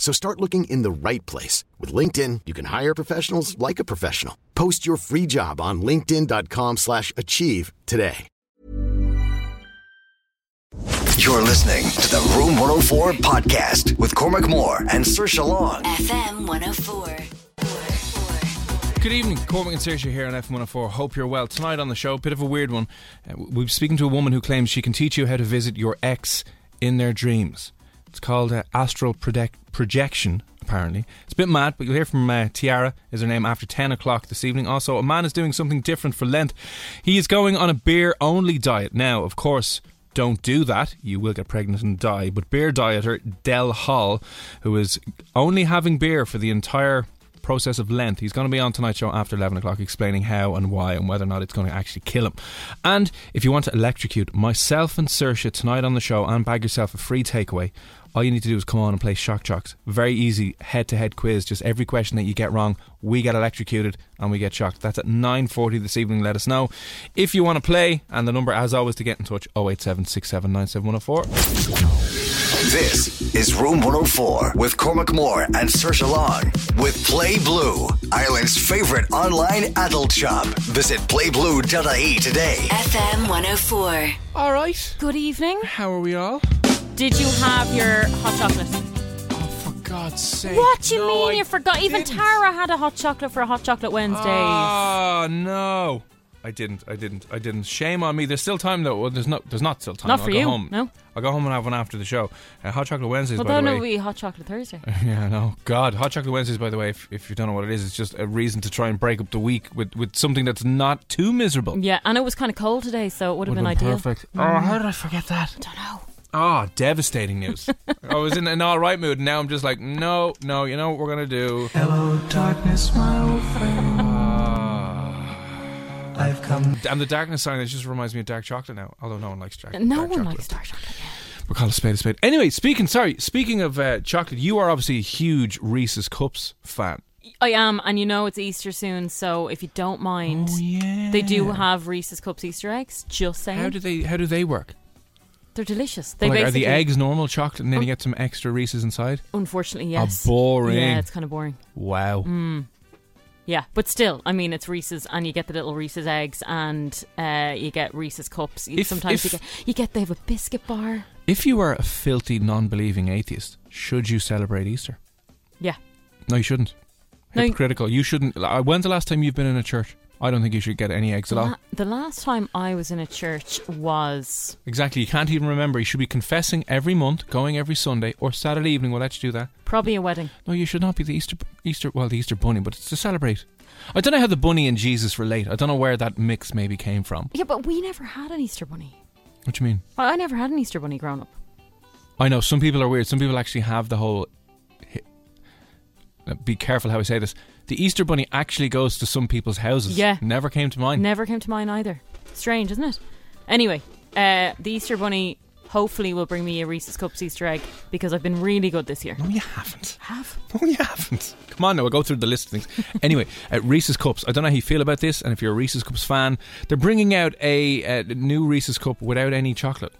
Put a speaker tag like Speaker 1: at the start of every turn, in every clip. Speaker 1: So start looking in the right place. With LinkedIn, you can hire professionals like a professional. Post your free job on linkedin.com slash achieve today.
Speaker 2: You're listening to the Room 104 podcast with Cormac Moore and Sir Long.
Speaker 3: FM 104.
Speaker 4: Good evening, Cormac and Saoirse here on F104. Hope you're well. Tonight on the show, bit of a weird one. Uh, we'll be speaking to a woman who claims she can teach you how to visit your ex in their dreams. It's called uh, astral project- projection, apparently. It's a bit mad, but you'll hear from uh, Tiara, is her name, after 10 o'clock this evening. Also, a man is doing something different for Lent. He is going on a beer only diet. Now, of course, don't do that. You will get pregnant and die. But beer dieter Del Hall, who is only having beer for the entire process of Lent. He's going to be on tonight's show after 11 o'clock explaining how and why and whether or not it's going to actually kill him. And if you want to electrocute myself and Sersha tonight on the show and bag yourself a free takeaway, all you need to do is come on and play Shock Jocks. Very easy head to head quiz. Just every question that you get wrong, we get electrocuted and we get shocked. That's at 9.40 this evening. Let us know if you want to play. And the number, as always, to get in touch 087
Speaker 2: This is Room 104 with Cormac Moore and Sir Long with Play Blue, Ireland's favorite online adult shop. Visit playblue.ie E today.
Speaker 3: FM 104.
Speaker 4: All right.
Speaker 5: Good evening.
Speaker 4: How are we all?
Speaker 5: Did you have your hot chocolate?
Speaker 4: Oh, for God's sake.
Speaker 5: What do you
Speaker 4: No,
Speaker 5: mean
Speaker 4: I
Speaker 5: you forgot? Even
Speaker 4: didn't.
Speaker 5: Tara had a hot chocolate for a hot chocolate Wednesday. Ah.
Speaker 4: Oh no. I didn't. I didn't. I didn't. Shame on me. There's still time though. Well, there's no. There's not still time.
Speaker 5: Not
Speaker 4: I'll
Speaker 5: for
Speaker 4: go
Speaker 5: you,
Speaker 4: Home.
Speaker 5: no.
Speaker 4: I'll go home and have one after the show. Uh, hot chocolate Wednesdays.
Speaker 5: well,
Speaker 4: by the
Speaker 5: then
Speaker 4: way.
Speaker 5: it'll be hot chocolate Thursday.
Speaker 4: Yeah, no. God, hot chocolate Wednesdays. By the way, if, if you don't know what it is, it's just a reason to try and break up the week with, with something that's not too miserable.
Speaker 5: yeah, and it was kind of cold today, so it would have
Speaker 4: Would've
Speaker 5: been, ideal.
Speaker 4: perfect. Oh, how did I forget that?
Speaker 5: I don't know.
Speaker 4: Ah, devastating news. I was in an all right mood, and now I'm just like, no, no. You know what we're gonna do?
Speaker 6: Hello, darkness, my old friend. I've come
Speaker 4: Ah. And the darkness sign. It just reminds me of dark chocolate now. Although no one likes dark.
Speaker 5: No
Speaker 4: dark
Speaker 5: one
Speaker 4: chocolate.
Speaker 5: likes dark chocolate.
Speaker 4: We call a spade a spade. Anyway, speaking sorry, speaking of uh, chocolate, you are obviously a huge Reese's Cups fan.
Speaker 5: I am, and you know it's Easter soon, so if you don't mind, Oh, they do have Reese's Cups Easter eggs. Just saying,
Speaker 4: Oh, How do they How do they work?
Speaker 5: they're delicious. They
Speaker 4: like, are
Speaker 5: basically, Oh.
Speaker 4: the eggs normal chocolate, and then you get some extra Reese's inside?
Speaker 5: Unfortunately, yes.
Speaker 4: boring.
Speaker 5: Yeah, it's kind of boring.
Speaker 4: Wow.
Speaker 5: Yeah, but still, I mean, it's Reese's, and you get the little Reese's eggs, and uh, you get Reese's cups. You
Speaker 4: If-
Speaker 5: Sometimes
Speaker 4: if-
Speaker 5: you get you get they have a biscuit bar.
Speaker 4: If you are a filthy non-believing atheist, should you celebrate Easter?
Speaker 5: Yeah,
Speaker 4: No, you shouldn't.
Speaker 5: No, you-
Speaker 4: Hypocritical. You shouldn't. like, When's the last time you've been in a church? I don't think you should get any eggs at all.
Speaker 5: La- the last time I was in a church was
Speaker 4: Exactly. You can't even remember. You should be confessing every month, going every Sunday or Saturday evening. We'll let you do that.
Speaker 5: probably a wedding.
Speaker 4: No, you should not be the Easter Easter well, the Easter bunny, but it's to celebrate. I don't know how the bunny and Jesus relate. I don't know where that mix maybe came from.
Speaker 5: Yeah, but we never had an Easter bunny.
Speaker 4: What do you mean?
Speaker 5: I I never had an Easter bunny growing up.
Speaker 4: I know some people are weird. Some people actually have the whole Uh, be careful how I say this. The Easter bunny actually goes to some people's houses.
Speaker 5: Yeah.
Speaker 4: Never came to mine.
Speaker 5: Never came to mind either. Strange, isn't it? Anyway, uh, the Easter bunny hopefully will bring me a Reese's cups Easter egg because I've been really good this year.
Speaker 4: No, you haven't.
Speaker 5: Have
Speaker 4: No, you haven't. Come on now, we'll go through the list of things. anyway, uh, Reese's Cups. I don't know how you feel about this, and if you're a Reese's Cups fan, they're bringing out a uh, new Reese's Cup without any chocolate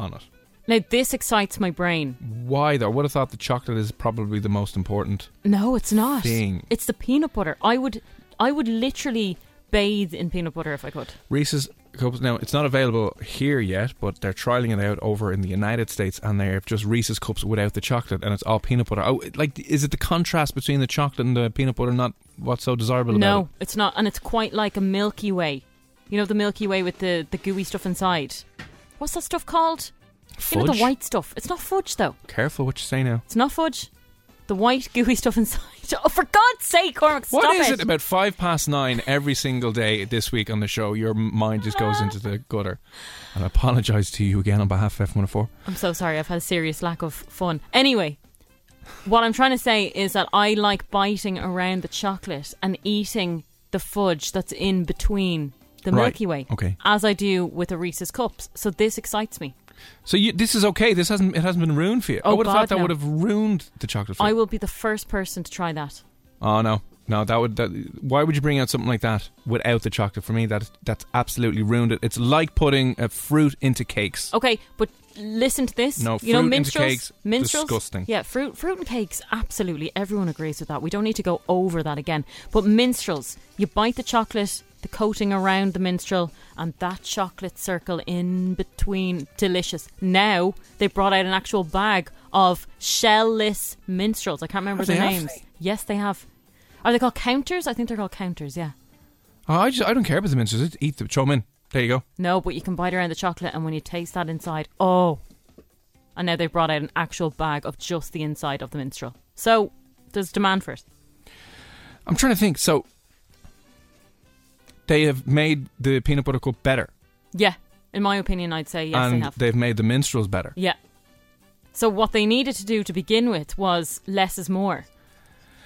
Speaker 4: on it.
Speaker 5: now this excites my brain.
Speaker 4: Why though? I would have thought the chocolate is probably the most important.
Speaker 5: No, it's not.
Speaker 4: Thing.
Speaker 5: It's the peanut butter. I would, I would literally bathe in peanut butter if I could.
Speaker 4: Reese's cups now it's not available here yet, but they're trialing it out over in the United States, and they're just Reese's cups without the chocolate, and it's all peanut butter. Oh, like is it the contrast between the chocolate and the peanut butter not what's so desirable about
Speaker 5: No,
Speaker 4: it?
Speaker 5: it's not, and it's quite like a Milky Way. You know the Milky Way with the the gooey stuff inside. What's that stuff called?
Speaker 4: Fudge?
Speaker 5: You know the white stuff. It's not fudge though.
Speaker 4: Careful what you say now.
Speaker 5: It's not fudge. The white gooey stuff inside. Oh, for God's sake, Cormac, stop
Speaker 4: What is
Speaker 5: it.
Speaker 4: it about five past nine every single day this week on the show? Your mind just goes into the gutter. And I apologise to you again on behalf of F104.
Speaker 5: I'm so sorry. I've had a serious lack of fun. Anyway, what I'm trying to say is that I like biting around the chocolate and eating the fudge that's in between the
Speaker 4: Right.
Speaker 5: Milky Way,
Speaker 4: Okay.
Speaker 5: as I do with a Reese's cups. So this excites me.
Speaker 4: So you, this is okay. This hasn't it hasn't been ruined for you. I
Speaker 5: Oh,
Speaker 4: would have
Speaker 5: God,
Speaker 4: thought that
Speaker 5: no.
Speaker 4: would have ruined the chocolate.
Speaker 5: I
Speaker 4: flake.
Speaker 5: will be the first person to try that.
Speaker 4: Oh no, no, that would. That, why would you bring out something like that without the chocolate? For me, that that's absolutely ruined it. It's like putting a fruit into cakes.
Speaker 5: Okay, but listen to this.
Speaker 4: No,
Speaker 5: you know,
Speaker 4: fruit into
Speaker 5: minstrels,
Speaker 4: cakes,
Speaker 5: minstrels,
Speaker 4: disgusting.
Speaker 5: Yeah, fruit, fruit and cakes. Absolutely, everyone agrees with that. We don't need to go over that again. But minstrels, you bite the chocolate, the coating around the minstrel, and that chocolate circle in between, delicious. Now they brought out an actual bag of shellless minstrels. I can't remember
Speaker 4: Have
Speaker 5: their
Speaker 4: Oh, they have
Speaker 5: names.
Speaker 4: they?
Speaker 5: Yes, they have. Are they called counters? I think they're called counters. Yeah.
Speaker 4: Oh, I just I don't care about the minstrels. Just Eat them, throw them in. There you go.
Speaker 5: No, but you can bite around the chocolate, and when you taste that inside, oh! And now they've brought out an actual bag of just the inside of the minstrel. So there's demand for it.
Speaker 4: I'm trying to think. So they have made the peanut butter cup better,
Speaker 5: Yeah, in my opinion, I'd say yes, they
Speaker 4: and
Speaker 5: have.
Speaker 4: have made the minstrels better.
Speaker 5: yeah. So what they needed to do to begin with was less is more.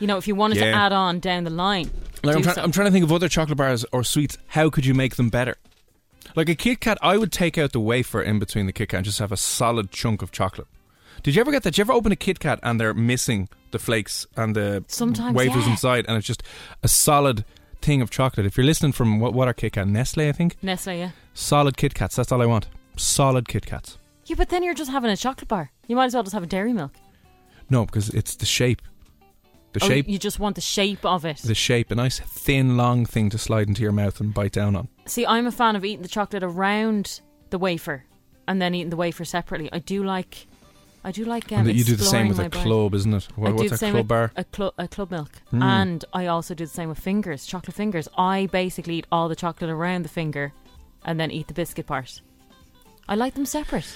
Speaker 5: You know, if you wanted to
Speaker 4: Yeah.
Speaker 5: add on down the line,
Speaker 4: Like I'm,
Speaker 5: do
Speaker 4: trying,
Speaker 5: so.
Speaker 4: I'm trying to think of other chocolate bars or sweets. How could you make them better? Like a Kit Kat, I would take out the wafer in between the Kit Kat and just have a solid chunk of chocolate. Did you ever get that? Did you ever open a Kit Kat and they're missing the flakes and the
Speaker 5: Sometimes,
Speaker 4: wafers
Speaker 5: yeah.
Speaker 4: inside, and it's just a solid thing of chocolate? If you're listening from what, what are Kit Kat Nestle, I think
Speaker 5: Nestle, yeah.
Speaker 4: solid Kit Kats. That's all I want. Solid Kit Kats.
Speaker 5: Yeah, but then you're just having a chocolate bar. You might as well just have a dairy milk.
Speaker 4: No, because it's the shape. The
Speaker 5: Oh,
Speaker 4: shape.
Speaker 5: You just want the shape of it.
Speaker 4: the shape. A nice thin, long thing to slide into your mouth and bite down on.
Speaker 5: See, I'm a fan of eating the chocolate around the wafer and then eating the wafer separately. I do like, I do like. Um,
Speaker 4: and that you do the
Speaker 5: exploring
Speaker 4: same with
Speaker 5: my
Speaker 4: a
Speaker 5: brain.
Speaker 4: club, isn't it? What,
Speaker 5: I do
Speaker 4: what's
Speaker 5: the
Speaker 4: a
Speaker 5: same
Speaker 4: club
Speaker 5: with
Speaker 4: bar?
Speaker 5: A, clu- a club milk,
Speaker 4: Hmm.
Speaker 5: and I also do the same with fingers, chocolate fingers. I basically eat all the chocolate around the finger, and then eat the biscuit part. I like them separate.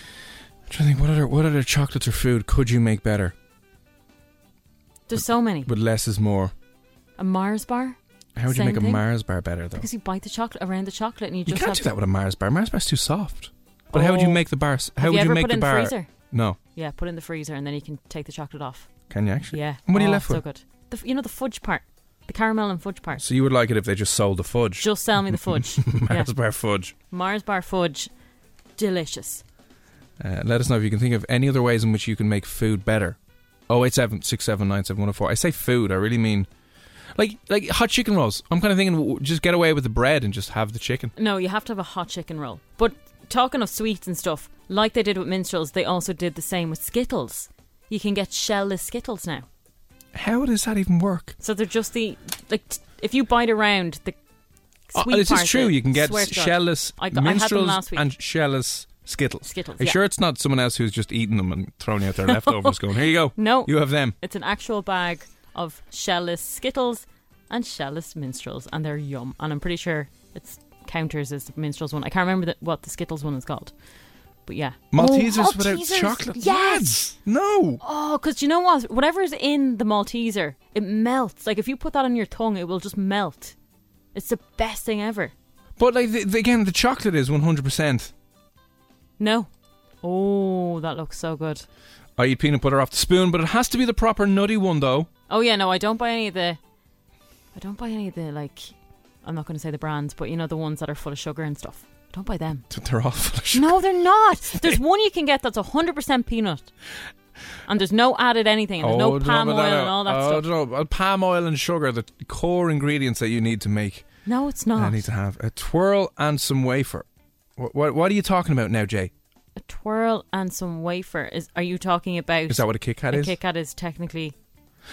Speaker 4: I'm trying to think what other what other chocolates or food could you make better?
Speaker 5: There's so many.
Speaker 4: But less is more.
Speaker 5: A Mars bar
Speaker 4: How would
Speaker 5: Same
Speaker 4: you make
Speaker 5: thing.
Speaker 4: a Mars bar better though?
Speaker 5: because you bite the chocolate around the chocolate and you,
Speaker 4: You
Speaker 5: just
Speaker 4: can't
Speaker 5: have
Speaker 4: do that with a Mars bar. Mars bar's too soft. But how would you
Speaker 5: Oh.
Speaker 4: make the bar? s- How
Speaker 5: Have you
Speaker 4: would you,
Speaker 5: ever
Speaker 4: make
Speaker 5: put
Speaker 4: the
Speaker 5: it in the
Speaker 4: bar?
Speaker 5: freezer?
Speaker 4: No,
Speaker 5: Yeah, put it in the freezer and then you can take the chocolate off.
Speaker 4: can you actually?
Speaker 5: Yeah.
Speaker 4: And what are you
Speaker 5: Oh,
Speaker 4: left
Speaker 5: so
Speaker 4: with?
Speaker 5: good. The, f- you know the fudge part, the caramel and fudge part.
Speaker 4: So you would like it if they just sold the fudge?
Speaker 5: Just sell me the fudge.
Speaker 4: Mars
Speaker 5: Yeah.
Speaker 4: bar fudge.
Speaker 5: Mars bar fudge. Delicious.
Speaker 4: Uh, let us know if you can think of any other ways in which you can make food better. Oh eight seven six seven nine seven one zero four. I say food. I really mean. Like like hot chicken rolls. I'm kind of thinking w- just get away with the bread and just have the chicken.
Speaker 5: No, you have to have a hot chicken roll. But talking of sweets and stuff, like they did with minstrels, they also did the same with Skittles. You can get shellless Skittles now.
Speaker 4: How does that even work?
Speaker 5: So they're just the like t- if you bite around the
Speaker 4: Oh,
Speaker 5: sweet
Speaker 4: this
Speaker 5: part
Speaker 4: is true.
Speaker 5: of it,
Speaker 4: You can get
Speaker 5: swear to God.
Speaker 4: shellless
Speaker 5: I, got- I had them
Speaker 4: minstrels
Speaker 5: last week.
Speaker 4: and shellless skittles.
Speaker 5: Skittles,
Speaker 4: Are you
Speaker 5: yeah.
Speaker 4: sure it's not someone else who's just eaten them and thrown out their leftovers? going here you go.
Speaker 5: No.
Speaker 4: you have them.
Speaker 5: it's an actual bag of shellless Skittles and shellless minstrels, and they're yum. And I'm pretty sure it's counters is the minstrels one. I can't remember the, what the Skittles one is called. But yeah.
Speaker 4: Maltesers without
Speaker 3: Maltesers,
Speaker 4: chocolate.
Speaker 3: yes.
Speaker 4: Lads, no.
Speaker 5: Oh, because you know what? Whatever is in the Malteser, it melts. Like if you put that on your tongue, it will just melt. It's the best thing ever.
Speaker 4: But like the, the- again, the chocolate is 100. percent
Speaker 5: No. Oh, that looks so good.
Speaker 4: I eat peanut butter off the spoon, but it has to be the proper nutty one though.
Speaker 5: Oh yeah, no, I don't buy any of the. I don't buy any of the like. I'm not going to say the brands, but you know the ones that are full of sugar and stuff. I don't buy them.
Speaker 4: They're all full of sugar.
Speaker 5: No, they're not. There's one you can get that's 100% peanut, and there's no added anything, and there's
Speaker 4: Oh,
Speaker 5: no palm
Speaker 4: no,
Speaker 5: oil
Speaker 4: no, no.
Speaker 5: and all that
Speaker 4: oh,
Speaker 5: stuff.
Speaker 4: no, uh, Palm oil and sugar, the core ingredients that you need to make
Speaker 5: No, it's
Speaker 4: I
Speaker 5: not.
Speaker 4: need to have a twirl and some wafer. What, what, what are you talking about now, Jay?
Speaker 5: A twirl and some wafer. Is are you talking about?
Speaker 4: Is that what a Kit Kat
Speaker 5: a
Speaker 4: is?
Speaker 5: Kit Kat is technically.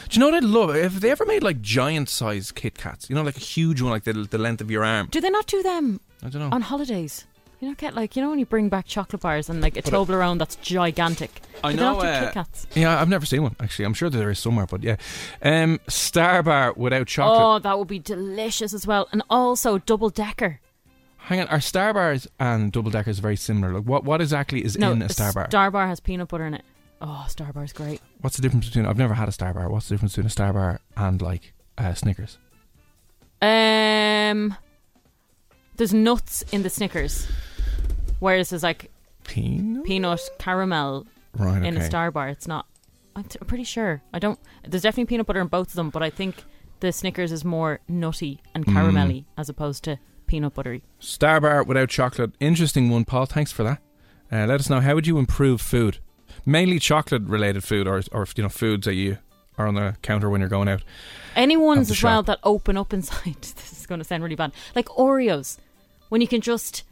Speaker 4: Do you know what I'd love? If they ever made like giant size Kit Kats, you know, like a huge one, like the, the length of your arm.
Speaker 5: Do they not do them
Speaker 4: I don't know.
Speaker 5: on holidays? You don't get like you know when you bring back chocolate bars and like a
Speaker 4: But I-
Speaker 5: Toblerone that's gigantic.
Speaker 4: I
Speaker 5: Do
Speaker 4: know,
Speaker 5: They not do
Speaker 4: uh,
Speaker 5: Kit Kats.
Speaker 4: Yeah, I've never seen one actually. I'm sure that there is somewhere, but yeah, um, Star Bar without chocolate.
Speaker 5: Oh, that would be delicious as well, and also double decker.
Speaker 4: Hang on, are Star Bars and double deckers very similar? Like, what what exactly is in a Star Bar?
Speaker 5: Star Bar has peanut butter in it. Oh, Star Bar's great.
Speaker 4: What's the difference between? I've never had a Star Bar. What's the difference between a Star Bar and like uh, Snickers?
Speaker 5: Um, there's nuts in the Snickers, whereas there's like
Speaker 4: Peanut.
Speaker 5: peanut caramel
Speaker 4: Right. Okay.
Speaker 5: in a Star Bar. It's not. I'm, t- I'm pretty sure. I don't. There's definitely peanut butter in both of them, but I think the Snickers is more nutty and
Speaker 4: Hmm.
Speaker 5: caramelly as opposed to peanut buttery.
Speaker 4: Star Bar without chocolate. Interesting one, Paul. Thanks for that. Uh, let us know how would you improve food, mainly chocolate related food, or or you know foods that you are on the counter when you're going out.
Speaker 5: Any ones
Speaker 4: the
Speaker 5: as well
Speaker 4: shop.
Speaker 5: that open up inside. this is going to sound really bad. Like Oreos, when you can just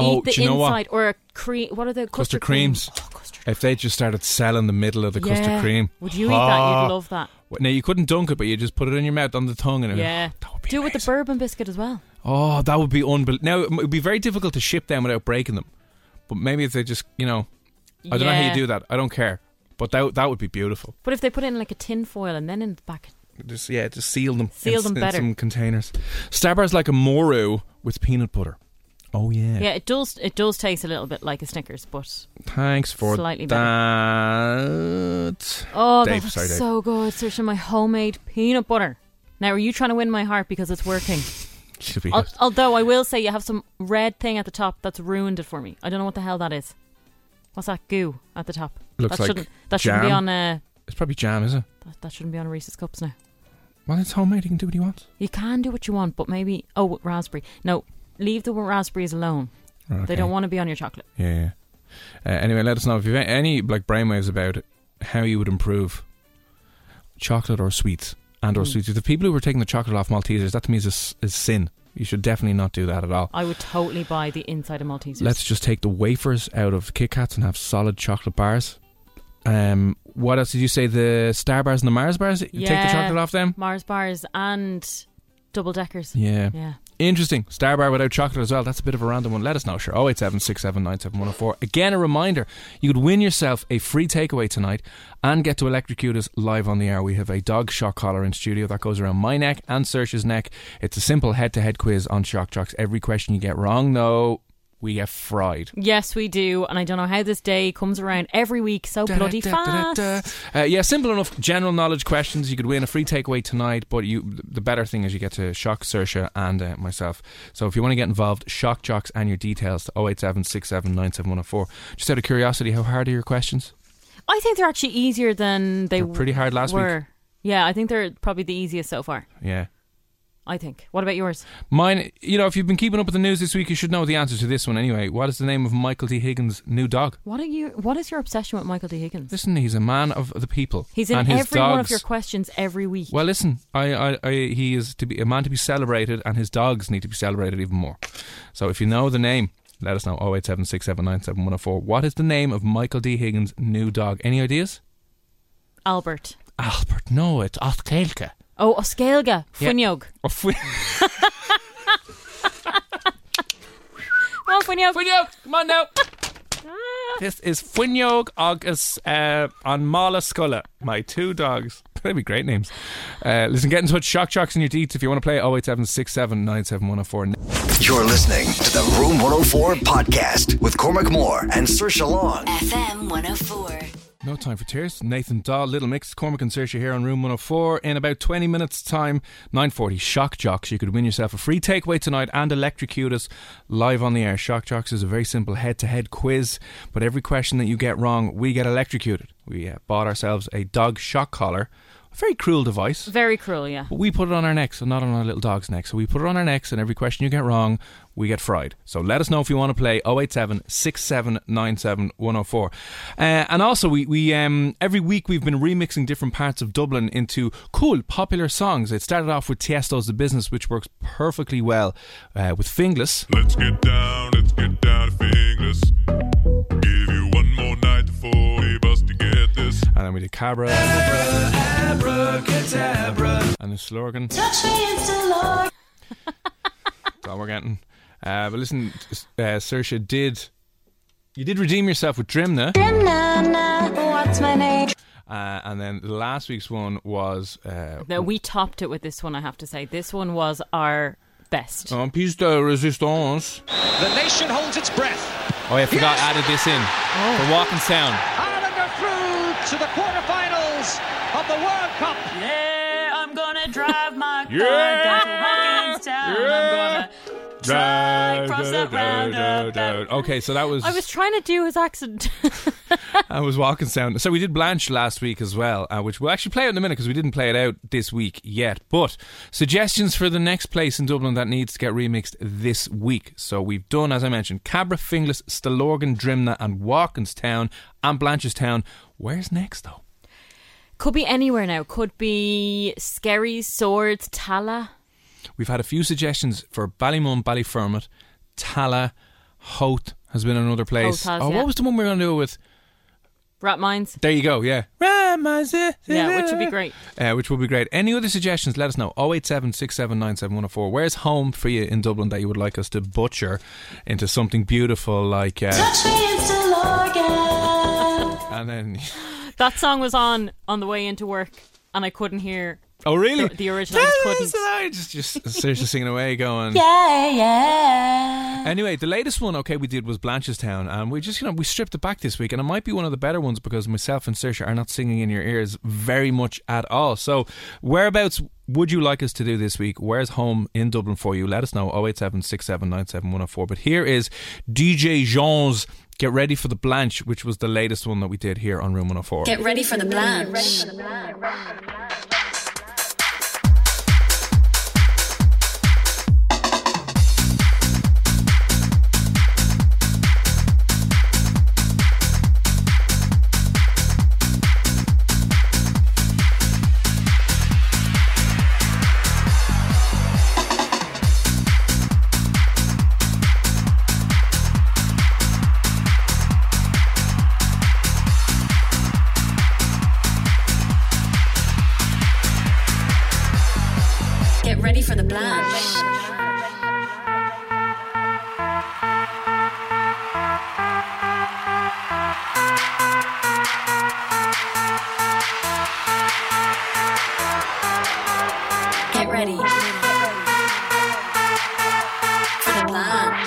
Speaker 4: Oh,
Speaker 5: eat the
Speaker 4: do you know what?
Speaker 5: inside or a cream. What are the
Speaker 4: Custard
Speaker 5: custard,
Speaker 4: creams.
Speaker 5: creams? Oh, custard.
Speaker 4: If they just started selling the middle of the custard
Speaker 5: Yeah.
Speaker 4: cream,
Speaker 5: Would you eat that?
Speaker 4: Ah.
Speaker 5: You'd love that.
Speaker 4: Well, Now you couldn't dunk it, but you just put it in your mouth on the tongue, and it
Speaker 5: Yeah.
Speaker 4: that would be
Speaker 5: Do it with the
Speaker 4: amazing.
Speaker 5: bourbon biscuit as well.
Speaker 4: Oh, that would be unbelievable. Now it would be very difficult to ship them without breaking them, but maybe if they just you know, I don't know how you
Speaker 5: Yeah.
Speaker 4: do that. I don't care, but that that would be beautiful.
Speaker 5: But if they put it in like a tin foil and then in the packet,
Speaker 4: Just yeah, just seal them.
Speaker 5: Seal
Speaker 4: in,
Speaker 5: them
Speaker 4: in
Speaker 5: better.
Speaker 4: some containers. Starbar's like a moru with peanut butter. Oh yeah.
Speaker 5: yeah, it does. It does taste a little bit like a Snickers, but
Speaker 4: Thanks for
Speaker 5: Slightly better.
Speaker 4: that.
Speaker 5: oh,
Speaker 4: Dave,
Speaker 5: that's
Speaker 4: sorry, Dave.
Speaker 5: so good. Searching my homemade peanut butter. Now, are you trying to win my heart because it's working?
Speaker 4: Should be
Speaker 5: Al- although I will say you have some red thing at the top that's ruined it for me. I don't know what the hell that is. What's that goo at the top?
Speaker 4: Looks
Speaker 5: that
Speaker 4: like
Speaker 5: shouldn't, that shouldn't be on
Speaker 4: jam.
Speaker 5: uh,
Speaker 4: it's probably jam, is it?
Speaker 5: that, that shouldn't be on Reese's cups now.
Speaker 4: Well, it's homemade. He can do what he wants.
Speaker 5: You can do what you want, but maybe oh raspberry. No, leave the raspberries alone. They don't want to be on your chocolate.
Speaker 4: Yeah. Uh, anyway, let us know if you've any like brainwaves about how you would improve chocolate or sweets and or sweets. The people who were taking the chocolate off Maltesers, that to me is a s is sin. You should definitely not do that at all.
Speaker 5: I would totally buy the inside of Maltesers.
Speaker 4: Let's just take the wafers out of Kit Kats and have solid chocolate bars. Um, what else did you say? The Star Bars and the Mars Bars. You take
Speaker 5: Yeah.
Speaker 4: the chocolate off them.
Speaker 5: Mars bars and double deckers.
Speaker 4: Yeah.
Speaker 5: Yeah.
Speaker 4: Interesting. Star Bar without chocolate as well. That's a bit of a random one. Let us know, sure. 087 679 oh Again, a reminder you could win yourself a free takeaway tonight and get to electrocute us live on the air. We have a dog shock collar in studio that goes around my neck and Search's neck. It's a simple head to head quiz on shock jocks. Every question you get wrong, though, we get fried.
Speaker 5: Yes, we do. And I don't know how this day comes around every week so Oh, bloody
Speaker 4: Da-da-da-da-da.
Speaker 5: fast.
Speaker 4: Uh, yeah, simple enough general knowledge questions. You could win a free takeaway tonight, but you the better thing is you get to shock Sersha and uh, myself. So if you want to get involved, shock jocks and your details to 087 Just out of curiosity, how hard are your questions?
Speaker 5: I think they're actually easier than they
Speaker 4: They're pretty hard last week.
Speaker 5: were. Yeah, I think they're probably the easiest so far.
Speaker 4: Yeah.
Speaker 5: I think. What about yours?
Speaker 4: Mine, you know, if you've been keeping up with the news this week, you should know the answer to this one anyway. What is the name of Michael T. Higgins' new dog?
Speaker 5: What are you? What is your obsession with Michael D. Higgins?
Speaker 4: Listen, he's a man of the people.
Speaker 5: He's in
Speaker 4: and
Speaker 5: every
Speaker 4: his dogs.
Speaker 5: one of your questions every week.
Speaker 4: Well, listen, I, I, I, he is to be a man to be celebrated, and his dogs need to be celebrated even more. So, if you know the name, let us know. 0876797104. What is the name of Michael D. Higgins' new dog? Any ideas?
Speaker 5: Albert.
Speaker 4: Albert. No, it's Oskelka.
Speaker 5: Oh, Oskelga.
Speaker 4: Yeah.
Speaker 5: Funyog.
Speaker 4: Or Fwi-
Speaker 5: Oh, Funyog.
Speaker 4: Fwynog, come on now. this is Fwynog August uh, on Mala Sculla. My two dogs. They'd be great names. Uh, listen, get in touch. Shock Jocks and your deets if you want to play 0876797104.
Speaker 2: You're listening to the Room 104 podcast with Cormac Moore and Sir Long.
Speaker 3: FM 104.
Speaker 4: No time for tears. Nathan Dahl, Little Mix, Cormac and Saoirse here on Room 104. In about 20 minutes' time, 9.40, Shock Jocks. You could win yourself a free takeaway tonight and electrocute us live on the air. Shock Jocks is a very simple head-to-head quiz, but every question that you get wrong, we get electrocuted. We uh, bought ourselves a dog shock collar, a very cruel device.
Speaker 5: Very cruel, yeah.
Speaker 4: But we put it on our necks and not on our little dog's neck. So we put it on our necks, and every question you get wrong, we get fried. So let us know if you want to play 087 6797 104. Uh, and also, we, we um, every week we've been remixing different parts of Dublin into cool, popular songs. It started off with Tiesto's The Business, which works perfectly well uh, with Fingless.
Speaker 7: Let's get down, let's get down to fingers. Give you one more night before we bust to get this.
Speaker 4: And then we did Cabra. And the slogan. all we're getting. Uh, but listen, uh, Saoirse did. You did redeem yourself with Drimna.
Speaker 8: what's my name?
Speaker 4: Uh, and then last week's one was uh,
Speaker 5: No, we topped it with this one, I have to say. This one was our best.
Speaker 4: Un piece de resistance.
Speaker 9: The nation holds its breath.
Speaker 4: Oh, yeah, I forgot I added this in.
Speaker 8: Oh.
Speaker 4: For Walking Sound.
Speaker 9: Ireland are through to the quarterfinals of the World Cup.
Speaker 8: Yeah, I'm gonna drive Oh, my car
Speaker 4: Yeah.
Speaker 8: down to Hawkinstown.
Speaker 4: Yeah.
Speaker 8: I'm gonna try cross that roundabout.
Speaker 4: Okay, so that was
Speaker 5: I was trying to do his accent.
Speaker 4: I was walking sound. So we did Blanche last week as well, uh, which we'll actually play out in a minute because we didn't play it out this week yet. But suggestions for the next place in Dublin that needs to get remixed this week. So we've done, as I mentioned, Cabra, Finglas, Stillorgan, Drimna, and Walkinstown and Blanchestown. Where's next though?
Speaker 5: Could be anywhere now. Could be Scary Swords, Tala.
Speaker 4: We've had a few suggestions for Ballymun, Ballyfermot, Tala, Hoth has been another place.
Speaker 5: Hoth has,
Speaker 4: oh,
Speaker 5: yeah.
Speaker 4: what was the one we were going to do with?
Speaker 5: Rat Mines.
Speaker 4: There you go, yeah. Yeah,
Speaker 5: Yeah, which would be great.
Speaker 4: Uh, which would be great. Any other suggestions, let us know. 087 Where's home for you in Dublin that you would like us to butcher into something beautiful like. Uh,
Speaker 8: Touch me, it's a Lorgan.
Speaker 4: and then.
Speaker 5: That song was on on the way into work, and I couldn't hear.
Speaker 4: Oh, really?
Speaker 5: The- the original just couldn't.
Speaker 4: I just, just seriously singing away, going.
Speaker 8: Yeah, yeah.
Speaker 4: Anyway, the latest one, okay, we did was Blanchestown, and we just, you know, we stripped it back this week, and it might be one of the better ones because myself and Saoirse are not singing in your ears very much at all. So, whereabouts would you like us to do this week? Where's home in Dublin for you? Let us know 087 But here is DJ Jean's Get Ready for the Blanche, which was the latest one oh that we did here on Room 104.
Speaker 3: Get ready for the Blanche. Get ready for the Blanche. Get ready. For the Blanche.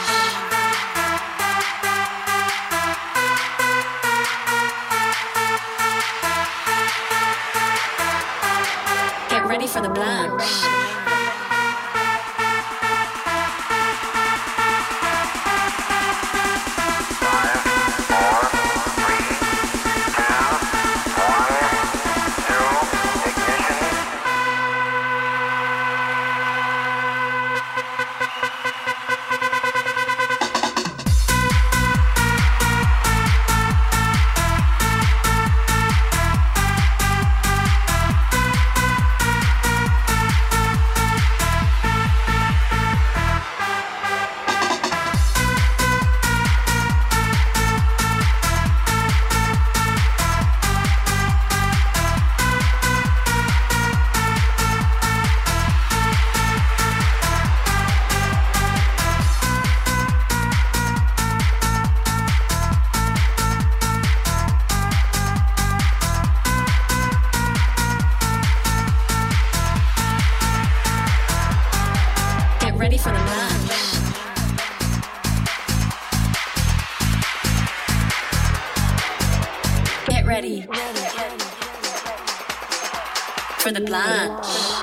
Speaker 3: Get ready for the Blanche. Get ready for the Blanche. Get ready. For the Blanche.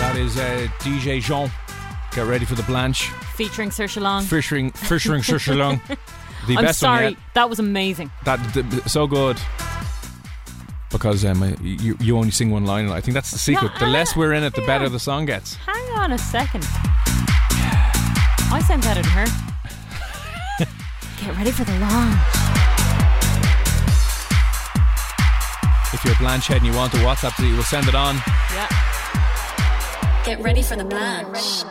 Speaker 4: That is uh, DJ Jean. Get ready for the Blanche.
Speaker 5: Featuring Sir Long.
Speaker 4: Fishing, fishing, fishing along. The
Speaker 5: I'm
Speaker 4: best one
Speaker 5: sorry,
Speaker 4: yet.
Speaker 5: that was amazing.
Speaker 4: That th- th- so good because um, I- you you only sing one line. and I think that's the secret. the less we're in it, the better the song gets.
Speaker 5: Hang on a second. I sound better than her. Get ready for the launch.
Speaker 4: If you're Blanche Head and you want to WhatsApp, you will send it on.
Speaker 3: Get ready for the Blanche.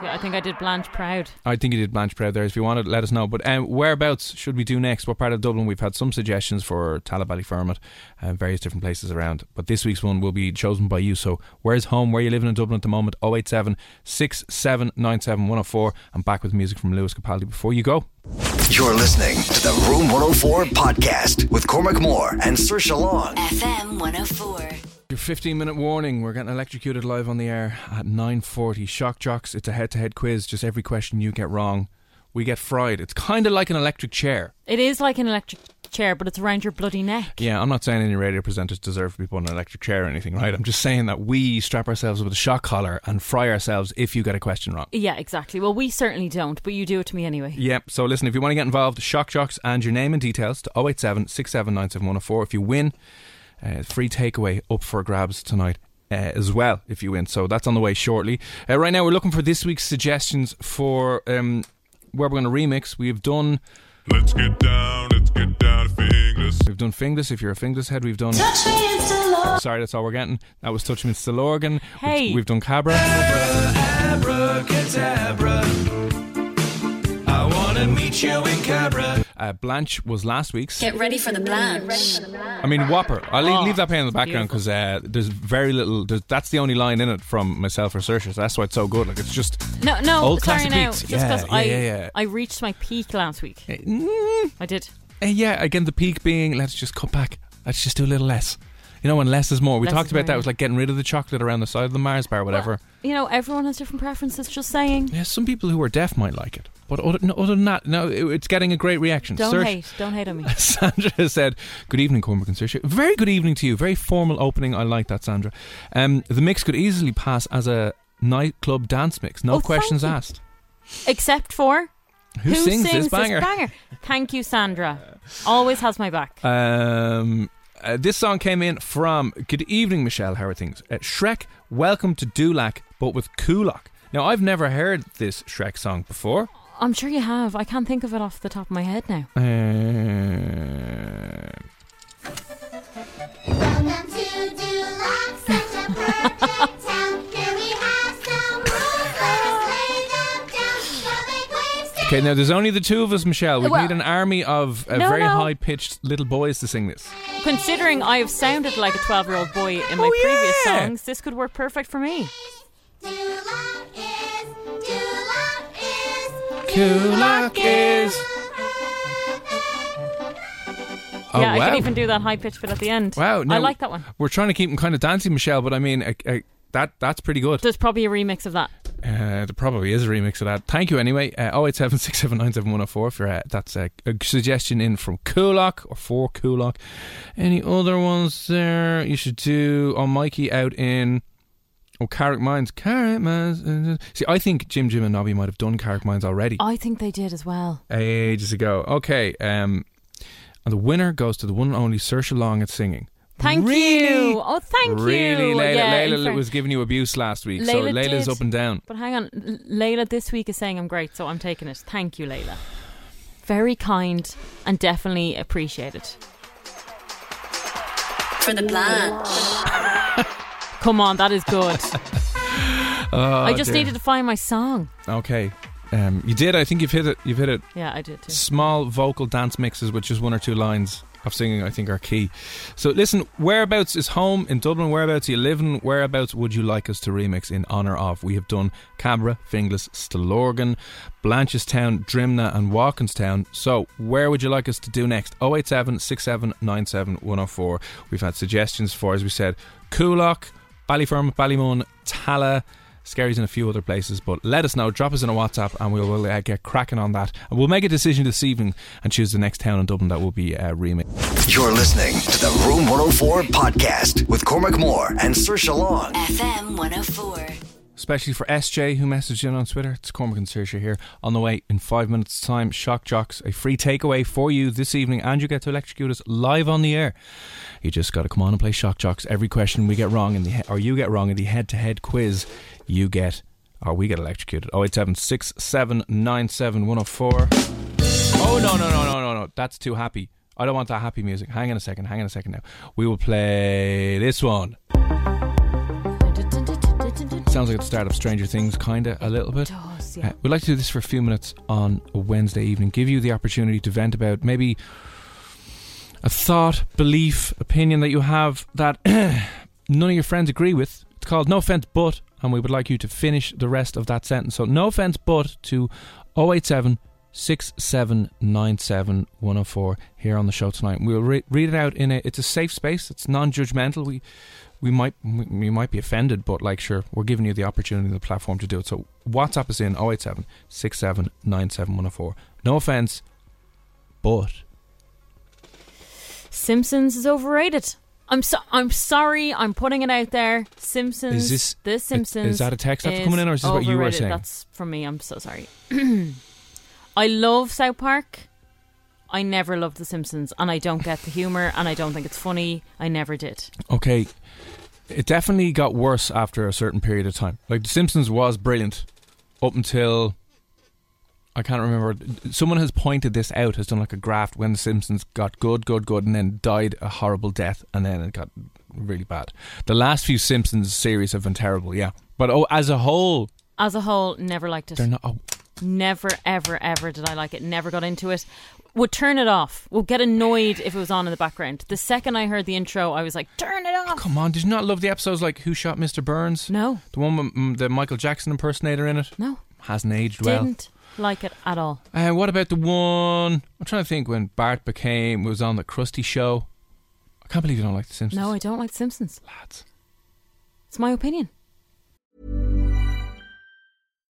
Speaker 5: Yeah, I think I did Blanche proud.
Speaker 4: I think you did Blanche Proud there. If you want it, let us know. But um, whereabouts should we do next? What part of Dublin? We've had some suggestions for Talabally Fermot and various different places around. But this week's one will be chosen by you. So where's home? Where are you living in Dublin at the moment? 087 6797 104. I'm back with music from Lewis Capaldi before you go.
Speaker 2: You're listening to the Room 104 podcast with Cormac Moore and Sir Long.
Speaker 3: FM 104.
Speaker 4: Your 15 minute warning. We're getting electrocuted live on the air at 9:40. Shock jocks. It's a head-to-head quiz. Just every question you get wrong, we get fried. It's kind of like an electric chair.
Speaker 5: It is like an electric chair, but it's around your bloody neck.
Speaker 4: Yeah, I'm not saying any radio presenters deserve to be put in an electric chair or anything, right? I'm just saying that we strap ourselves with a shock collar and fry ourselves if you get a question wrong.
Speaker 5: Yeah, exactly. Well, we certainly don't, but you do it to me anyway.
Speaker 4: Yep. So listen, if you want to get involved, shock jocks and your name and details to 087 6797104. If you win, uh, free takeaway up for grabs tonight. Uh, as well, if you win. So that's on the way shortly. Uh, right now, we're looking for this week's suggestions for um, where we're going to remix. We've done.
Speaker 7: Let's get down, let's get down to fingers.
Speaker 4: We've done Finglas. If you're a Finglas head, we've done.
Speaker 8: Touch me and still love.
Speaker 4: Sorry, that's all we're getting. That was Touch Me It's Still Organ.
Speaker 5: Hey.
Speaker 4: We've, we've done Cabra.
Speaker 10: I wanna meet you in Cabra.
Speaker 4: Uh, Blanche was last week's.
Speaker 3: Get ready for the Blanche.
Speaker 4: I mean, Whopper. I'll leave,
Speaker 3: Oh,
Speaker 4: leave that playing in the background because uh, there's very little. There's, that's the only line in it from myself or Saoirse, so that's why it's so good. Like it's just
Speaker 5: No, no,
Speaker 4: old
Speaker 5: sorry
Speaker 4: classic
Speaker 5: now.
Speaker 4: beats.
Speaker 5: Just
Speaker 4: yeah,
Speaker 5: because
Speaker 4: yeah,
Speaker 5: I,
Speaker 4: yeah, yeah. Eh,
Speaker 5: I reached my peak last week. I did.
Speaker 4: Uh, yeah, again, the peak being let's just cut back. Let's just do a little less. You know, when less is more. We
Speaker 5: Less
Speaker 4: talked
Speaker 5: is
Speaker 4: about
Speaker 5: more,
Speaker 4: that.
Speaker 5: yeah.
Speaker 4: It was like getting rid of the chocolate around the side of the Mars bar, whatever. Mm,
Speaker 5: You know, everyone has different preferences, just saying.
Speaker 4: yeah, some people who are deaf might like it, but other, no, other than that, no, it- it's getting a great reaction.
Speaker 5: Don't
Speaker 4: Saoirse-
Speaker 5: hate. Don't hate on me.
Speaker 4: Sandra said, "Good evening, Cormac and Saoirse. Very good evening to you. Very formal opening. I like that, Sandra. Um, the mix could easily pass as a nightclub dance mix. No
Speaker 5: Oh,
Speaker 4: questions
Speaker 5: thank you.
Speaker 4: asked.
Speaker 5: Except for.
Speaker 4: Who sings this banger?
Speaker 5: Thank you, Sandra. Always has my back.
Speaker 4: Um, uh, this song came in from Good evening, Michelle. How are things? Uh, Shrek, welcome to Dulac, but with Kulak. Now, I've never heard this Shrek song before. Uh,
Speaker 5: I'm sure you have. I can't think of it off the top of my head now.
Speaker 4: Um,
Speaker 8: Welcome to Dulac, such a perfect town. Here we have some rules, let us lay them down. Shall make waves down.
Speaker 4: okay, now there's only the two of us, Michelle. We
Speaker 5: Well-
Speaker 4: need an army of uh,
Speaker 5: No,
Speaker 4: very
Speaker 5: no.
Speaker 4: high pitched little boys to sing this.
Speaker 5: Considering I have sounded like a 12 year old boy in my
Speaker 4: Oh,
Speaker 5: previous
Speaker 4: yeah.
Speaker 5: songs, this could work perfect for me.
Speaker 8: Dulac is, Dulac is,
Speaker 4: Kulak is. Oh,
Speaker 5: yeah, I
Speaker 4: wow.
Speaker 5: can even do that high pitch bit at the end.
Speaker 4: Wow,
Speaker 5: I
Speaker 4: no,
Speaker 5: like that one.
Speaker 4: We're trying to keep them kind of dancing, Michelle, but I mean, I, I, that that's pretty good.
Speaker 5: There's probably a remix of that.
Speaker 4: Uh, there probably is a remix of that. Thank you anyway. Uh, 087 If you're, uh, that's a, a suggestion in from Kulak or for Kulak. Any other ones there? You should do. Oh, Mikey out in. Oh, Carrick Mines. Carrick Mines. uh, uh. See, I think Jim Jim and Nobby might have done Carrick Mines already
Speaker 5: I think they did as well.
Speaker 4: ages ago. Okay. Um, and the winner goes to the one and only Saoirse Long at singing.
Speaker 5: Thank
Speaker 4: Really?
Speaker 5: you. Oh, thank
Speaker 4: really,
Speaker 5: you.
Speaker 4: Layla,
Speaker 5: Yeah, in
Speaker 4: Layla
Speaker 5: fact-
Speaker 4: was giving you abuse last week, so
Speaker 5: Layla
Speaker 4: Layla's
Speaker 5: did.
Speaker 4: up and down.
Speaker 5: But hang on, L- Layla this week is saying I'm great, so I'm taking it. Thank you, Layla. Very kind and definitely appreciated.
Speaker 3: For the Blanche.
Speaker 5: Come on, that is good. I just
Speaker 4: Oh, dear.
Speaker 5: needed to find my song.
Speaker 4: Okay, um, you did. I think you've hit it. You've hit it.
Speaker 5: Yeah, I did too.
Speaker 4: Small vocal dance mixes with just one or two lines of singing, I think, are key. So, listen. Whereabouts is home in Dublin? Whereabouts are you living? Whereabouts would you like us to remix in honour of? We have done Cabra, Finglas, Stillorgan, Blanchestown, Drimna, and Walkinstown. So, where would you like us to do next? 087 6797 104. We've had suggestions for, as we said, Coolock, Ballyferm, Ballymun, Tala. Scaries in a few other places, but let us know. Drop us in a WhatsApp, and we will uh, get cracking on that. And we'll make a decision this evening and choose the next town in Dublin that will be uh, remixed.
Speaker 2: You're listening to the Room 104 podcast with Cormac Moore and Sir Long.
Speaker 3: FM 104.
Speaker 4: especially for SJ who messaged in on Twitter. It's Cormac and Saoirse here. On the way in five minutes' time, Shock Jocks, a free takeaway for you this evening, and you get to electrocute us live on the air. You just got to come on and play Shock Jocks. Every question we get wrong in the he- or you get wrong in the head-to-head quiz, you get or we get electrocuted. 087 Oh no no no no no no! That's too happy. I don't want that happy music. Hang on a second. Hang on a second now. We will play this one. Sounds like the start of Stranger Things, kinda a little bit.
Speaker 5: does, yeah.
Speaker 4: Uh, we'd like to do this for a few minutes on a Wednesday evening. Give you the opportunity to vent about maybe a thought, belief, opinion that you have that none of your friends agree with. It's called No Offense But, and we would like you to finish the rest of that sentence. So, No Offense But to 087 6797 104 here on the show tonight. We'll re- read it out in a, it's a safe space, it's non judgmental. We, we might we we might be offended, but like sure, we're giving you the opportunity and the platform to do it. So WhatsApp is in 087 6797 oh No offense, but
Speaker 5: Simpsons is overrated. I'm so I'm sorry. I'm putting it out there. Simpsons.
Speaker 4: Is this-
Speaker 5: the Simpsons?
Speaker 4: is that a text that's coming in, or is this what you were
Speaker 5: overrated.
Speaker 4: saying?
Speaker 5: That's from me. I'm so sorry. I love South Park. I never loved The Simpsons, and I don't get the humor, and I don't think it's funny. I never did.
Speaker 4: okay, it definitely got worse after a certain period of time. Like The Simpsons was brilliant up until I can't remember. Someone has pointed this out, has done like a graph when The Simpsons got good, good, good, and then died a horrible death, and then it got really bad. The last few Simpsons series have been terrible, yeah. But oh, as a whole,
Speaker 5: As a whole, never liked it.
Speaker 4: they're not. Oh,
Speaker 5: Never, ever, ever did I like it. Never got into it. Would turn it off. Would get annoyed if it was on in the background. The second I heard the intro, I was like, turn it off.
Speaker 4: come on, did you not love the episodes like Who Shot Mr. Burns?
Speaker 5: No.
Speaker 4: The one with mm, the Michael Jackson impersonator in it?
Speaker 5: No.
Speaker 4: Hasn't aged well.
Speaker 5: Didn't like it at all.
Speaker 4: Uh, what about the one? I'm trying to think when Bart became was on the Krusty Show. I can't believe you don't like The Simpsons.
Speaker 5: No, I don't like The Simpsons.
Speaker 4: Lads.
Speaker 5: It's my opinion.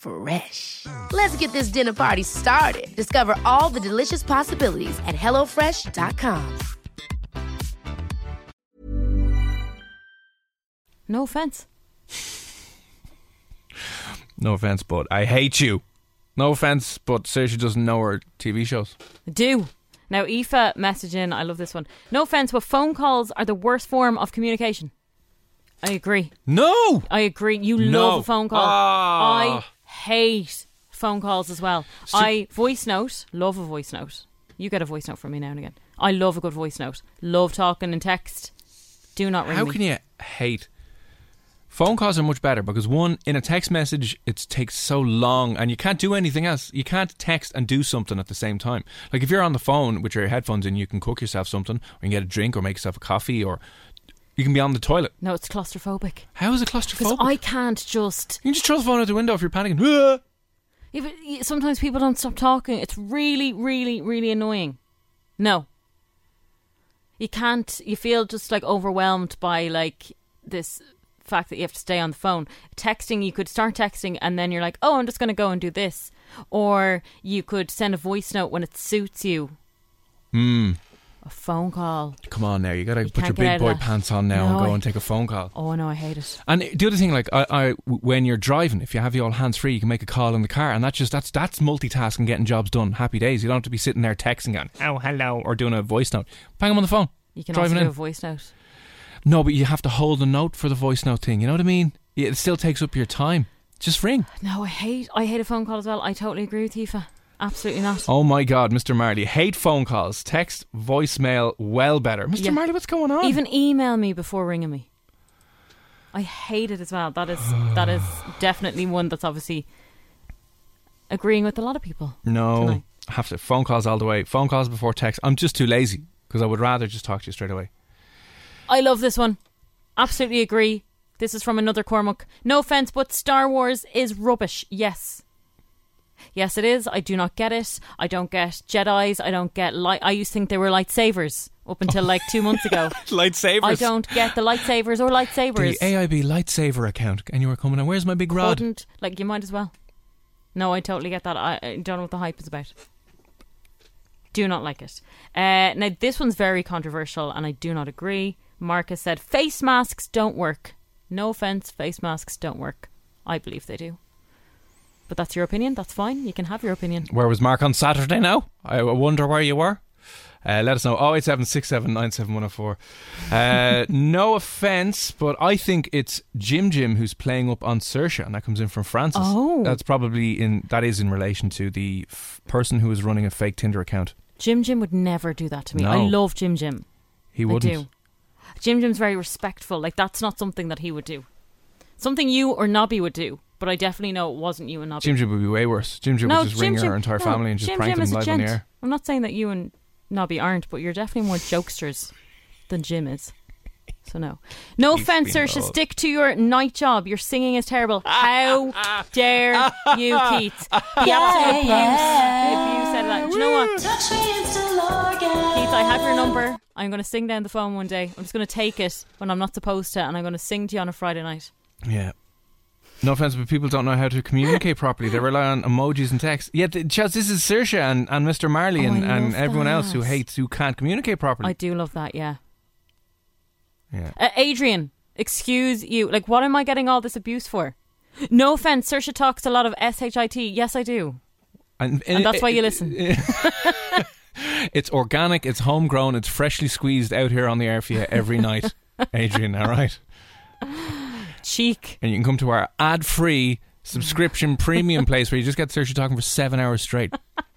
Speaker 11: Fresh. Let's get this dinner party started. Discover all the delicious possibilities at hellofresh.com.
Speaker 5: No offense.
Speaker 4: No offense, but I hate you. No offense, but Saoirse doesn't know her TV shows.
Speaker 5: I do. Now, Aoife message in. I love this one. No offense, but phone calls are the worst form of communication. I agree.
Speaker 4: No.
Speaker 5: I agree. You
Speaker 4: No.
Speaker 5: love a phone call.
Speaker 4: Ah.
Speaker 5: I hate phone calls as well. I voice note. Love a voice note. You get a voice note from me now and again. I love a good voice note. Love talking and text. Do not ring
Speaker 4: How
Speaker 5: me.
Speaker 4: can you hate? Phone calls are much better because one, in a text message, it takes so long and you can't do anything else. You can't text and do something at the same time. Like if you're on the phone with your headphones in, you can cook yourself something, or you can get a drink, or make yourself a coffee, or you can be on the toilet.
Speaker 5: No, it's claustrophobic.
Speaker 4: How is it
Speaker 5: Because
Speaker 4: claustrophobic?
Speaker 5: I can't just.
Speaker 4: You can just throw the phone out the window if you're panicking.
Speaker 5: Even, y- sometimes people don't stop talking. It's really, really, really annoying. No. You can't. You feel just like overwhelmed by like this fact that you have to stay on the phone. Texting, you could start texting and then you're like, oh, I'm just going to go and do this. Or you could send a voice note when it suits you.
Speaker 4: Hmm.
Speaker 5: A phone call.
Speaker 4: Come on now, you got to put your
Speaker 5: can't get out
Speaker 4: big
Speaker 5: of
Speaker 4: boy
Speaker 5: that.
Speaker 4: pants on now
Speaker 5: No,
Speaker 4: and go
Speaker 5: I-
Speaker 4: and take a phone call.
Speaker 5: Oh no, I hate it.
Speaker 4: And the other thing, like I, I, when you're driving, if you have your all hands free, you can make a call in the car, and that's just that's that's multitasking, getting jobs done. Happy days. You don't have to be sitting there texting, going, "Oh, hello," or doing a voice note. Bang them on the phone.
Speaker 5: You can
Speaker 4: driving
Speaker 5: also do
Speaker 4: in.
Speaker 5: a voice note.
Speaker 4: No, but you have to hold a note for the voice note thing. You know what I mean? It still takes up your time. Just ring.
Speaker 5: No, I hate. I hate a phone call as well. I totally agree with Tifa. Absolutely not.
Speaker 4: Oh my God, Mr. Marley, hate phone calls, text, voicemail, well better. Mr.
Speaker 5: Yeah.
Speaker 4: Marley, what's going on?
Speaker 5: Even email me before ringing me. I hate it as well. That is that is definitely one that's obviously agreeing with a lot of people.
Speaker 4: no, I have to phone calls all the way. Phone calls before text. I'm just too lazy because I would rather just talk to you straight away.
Speaker 5: I love this one. Absolutely agree. This is from another Cormac. No offense, but Star Wars is rubbish. Yes. Yes, it is. I do not get it. I don't get Jedi's. I don't get light. I used to think they were lightsabers up until like two months ago.
Speaker 4: Lightsabers.
Speaker 5: I don't get the lightsabers or lightsabers.
Speaker 4: The AIB lightsaber account, and you were coming. And where's my big rod?
Speaker 5: Couldn't like you might as well. No, I totally get that. I, I don't know what the hype is about. Do not like it. Uh, now this one's very controversial, and I do not agree. Marcus said face masks don't work. No offense, face masks don't work. I believe they do. But that's your opinion. That's fine. You can have your opinion.
Speaker 4: Where was Mark on Saturday? Now I wonder where you were. Uh, let us know. Oh eight seven six seven nine seven one zero four. Uh, no offense, but I think it's Jim Jim who's playing up on Sersha, and that comes in from Francis.
Speaker 5: Oh.
Speaker 4: that's probably in that is in relation to the f- person who is running a fake Tinder account.
Speaker 5: Jim Jim would never do that to me. I
Speaker 4: No.
Speaker 5: love Jim Jim. I
Speaker 4: He
Speaker 5: do.
Speaker 4: wouldn't.
Speaker 5: Jim Jim's very respectful. Like that's not something that he would do. Something you or Nobby would do, but I definitely know it wasn't you and Nobby.
Speaker 4: Jim Jim would be way worse. Jim Jim
Speaker 5: no,
Speaker 4: would just
Speaker 5: Jim
Speaker 4: ring
Speaker 5: Jim,
Speaker 4: her entire
Speaker 5: no,
Speaker 4: family and just
Speaker 5: Jim
Speaker 4: prank
Speaker 5: Jim
Speaker 4: them
Speaker 5: is a
Speaker 4: live on the
Speaker 5: gent.
Speaker 4: air.
Speaker 5: I'm not saying that you and Nobby aren't, but you're definitely more jokesters than Jim is. So no, no
Speaker 12: He's
Speaker 5: offense,
Speaker 12: been
Speaker 5: Saoirse.
Speaker 12: bold.
Speaker 5: Stick to your night job. Your singing is terrible. How dare you, Keith? The absolute abuse. Abuse out of that. Do you know what?
Speaker 3: Touch me and still
Speaker 5: Keith, I have your number. I'm going to sing down the phone one day. I'm just going to take it when I'm not supposed to, and I'm going to sing to you on a Friday night.
Speaker 4: Yeah. No offense, but people don't know how to communicate properly. They rely on emojis and text. Yet, th- Chaz, this is Saoirse and, and Mr. Marley
Speaker 5: Oh, I
Speaker 4: and, and
Speaker 5: love
Speaker 4: everyone else
Speaker 5: that.
Speaker 4: who hates, who can't communicate properly.
Speaker 5: I do love that, yeah.
Speaker 4: yeah.
Speaker 5: Uh, Adrian, excuse you. Like, what am I getting all this abuse for? No offense, Sersha talks a lot of shit. Yes, I do.
Speaker 4: And,
Speaker 5: And that's why you listen.
Speaker 4: It's organic, it's homegrown, it's freshly squeezed out here on the air for you every night, Adrian, all right?
Speaker 5: Cheek.
Speaker 4: And you can come to our ad free subscription premium place where you just get Saoirse talking for seven hours straight.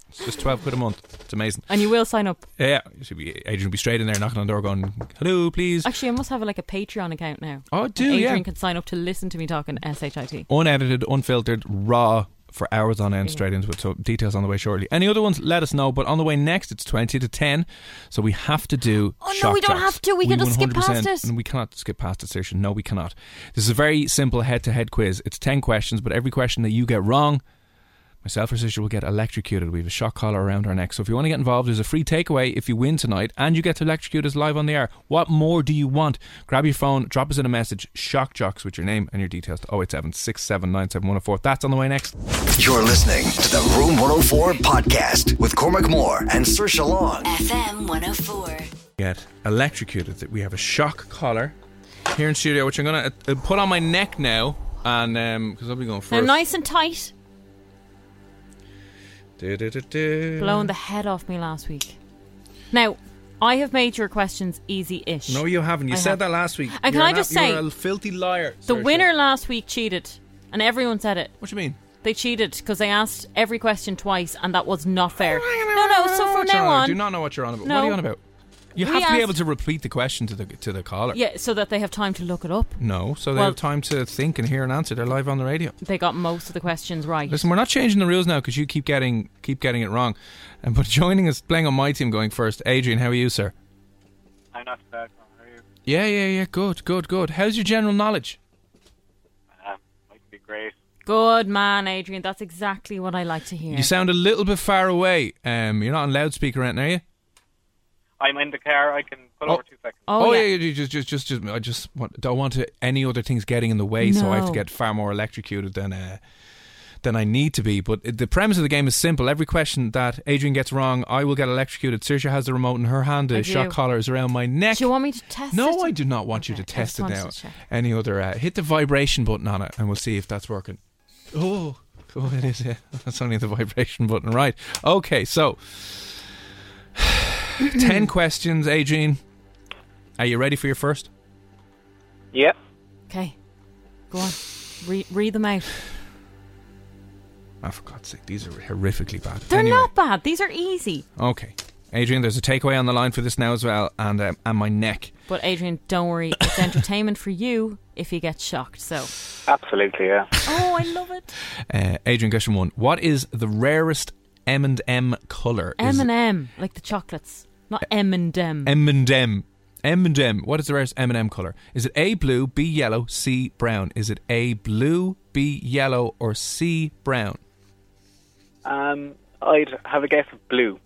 Speaker 4: It's just 12 quid a month. It's amazing.
Speaker 5: And you will sign up.
Speaker 4: Yeah, you should be, Adrian will be straight in there knocking on the door going, hello, please.
Speaker 5: Actually, I must have like a Patreon account now.
Speaker 4: Oh, I do,
Speaker 5: And
Speaker 4: yeah.
Speaker 5: Adrian can sign up to listen to me talking shit.
Speaker 4: unedited, unfiltered, raw for hours on end straight into it. So details on the way shortly. Any other ones, let us know. But on the way next, it's 20 to 10. So we have to do.
Speaker 5: Oh, no,
Speaker 4: shock
Speaker 5: we don't
Speaker 4: jocks.
Speaker 5: have to. We can just skip past
Speaker 4: 100%
Speaker 5: it.
Speaker 4: And we cannot skip past it, Saoirse. No, we cannot. This is a very simple head to head quiz. It's 10 questions, but every question that you get wrong, myself or Saoirse will get electrocuted. We have a shock collar around our neck. So if you want to get involved, there's a free takeaway if you win tonight and you get to electrocute us live on the air. What more do you want? Grab your phone, drop us in a message, shock jocks with your name and your details to 087 That's on the way next.
Speaker 2: You're listening to the Room 104 podcast with Cormac Moore and Sir Long.
Speaker 3: FM 104.
Speaker 4: Get electrocuted. That We have a shock collar here in studio, which I'm going to uh, put on my neck now. And because I'll be going
Speaker 5: Now,
Speaker 4: first.
Speaker 5: nice and tight.
Speaker 4: Du-du-du-du.
Speaker 5: Blowing the head off me last week. Now, I have made your questions easy ish.
Speaker 4: No, you haven't. You
Speaker 5: I
Speaker 4: said
Speaker 5: have.
Speaker 4: that last week.
Speaker 5: And can
Speaker 4: You're
Speaker 5: I
Speaker 4: an
Speaker 5: just
Speaker 4: a- you're
Speaker 5: say,
Speaker 4: a filthy liar.
Speaker 5: The
Speaker 4: Saoirse.
Speaker 5: winner last week cheated, and everyone said it.
Speaker 4: What do you mean?
Speaker 5: They cheated because they asked every question twice, and that was not fair. No, no. So from
Speaker 4: What
Speaker 5: now
Speaker 4: you're on about.
Speaker 5: on,
Speaker 4: do not know what you're on about. What
Speaker 5: No.
Speaker 4: are you on about? You
Speaker 5: We
Speaker 4: have to be
Speaker 5: asked-
Speaker 4: able to repeat the question to the to the caller.
Speaker 5: yeah, so that they have time to look it up.
Speaker 4: No, so they
Speaker 5: Well-
Speaker 4: have time to think and hear an answer. They're live on the radio.
Speaker 5: They got most of the questions right.
Speaker 4: Listen, we're not changing the rules now because you keep getting keep getting it wrong. And but joining us, playing on my team, going first. Adrian, how are you, sir?
Speaker 13: I'm not bad. How are you?
Speaker 4: Yeah, yeah, yeah. Good, good, good. How's your general knowledge?
Speaker 13: Um, might be great.
Speaker 5: Good man, Adrian. That's exactly what I like to hear.
Speaker 4: You sound a little bit far away. Um, you're not on loudspeaker, right now, are you?
Speaker 13: I'm in the car. I can put over two seconds.
Speaker 5: Oh,
Speaker 4: Oh, yeah. yeah, you just, just, just, just, I just want, don't want to, any other things getting in the way, so I have to
Speaker 13: No.
Speaker 4: get far more electrocuted than uh, than I need to be. But the premise of the game is simple. Every question that Adrian gets wrong, I will get electrocuted. Saoirse has the remote in her hand.
Speaker 5: I
Speaker 4: The shot
Speaker 5: do.
Speaker 4: collar is around my neck.
Speaker 5: Do you want me to test it?
Speaker 4: No, I do not want you to
Speaker 5: I just
Speaker 4: test it
Speaker 5: wanted
Speaker 4: now.
Speaker 5: to check.
Speaker 4: Any other? Uh, hit the vibration button on it, and we'll see if that's working. Oh, oh, it is. Yeah. That's only the vibration button, right? Okay, so ten questions, Adrian. Are you ready for your first?
Speaker 13: Yep.
Speaker 5: Okay. Go on. Re- read them out.
Speaker 4: Ah, for God's sake, these are horrifically bad.
Speaker 5: They're
Speaker 4: Anyway.
Speaker 5: not bad. These are easy.
Speaker 4: Okay, Adrian. There's a takeaway on the line for this now as well, and um, and my neck.
Speaker 5: But Adrian, don't worry. It's entertainment for you if you get shocked. So.
Speaker 13: Absolutely, yeah.
Speaker 5: Oh, I love it.
Speaker 4: Uh, Adrian, question one: What is the rarest M and M color?
Speaker 5: M and M, like the chocolates, not M and M.
Speaker 4: M and M. M and M. What is the rarest M and M color? Is it A blue, B yellow, C brown? Is it A blue, B yellow, or C brown?
Speaker 13: Um, I'd have a guess of blue.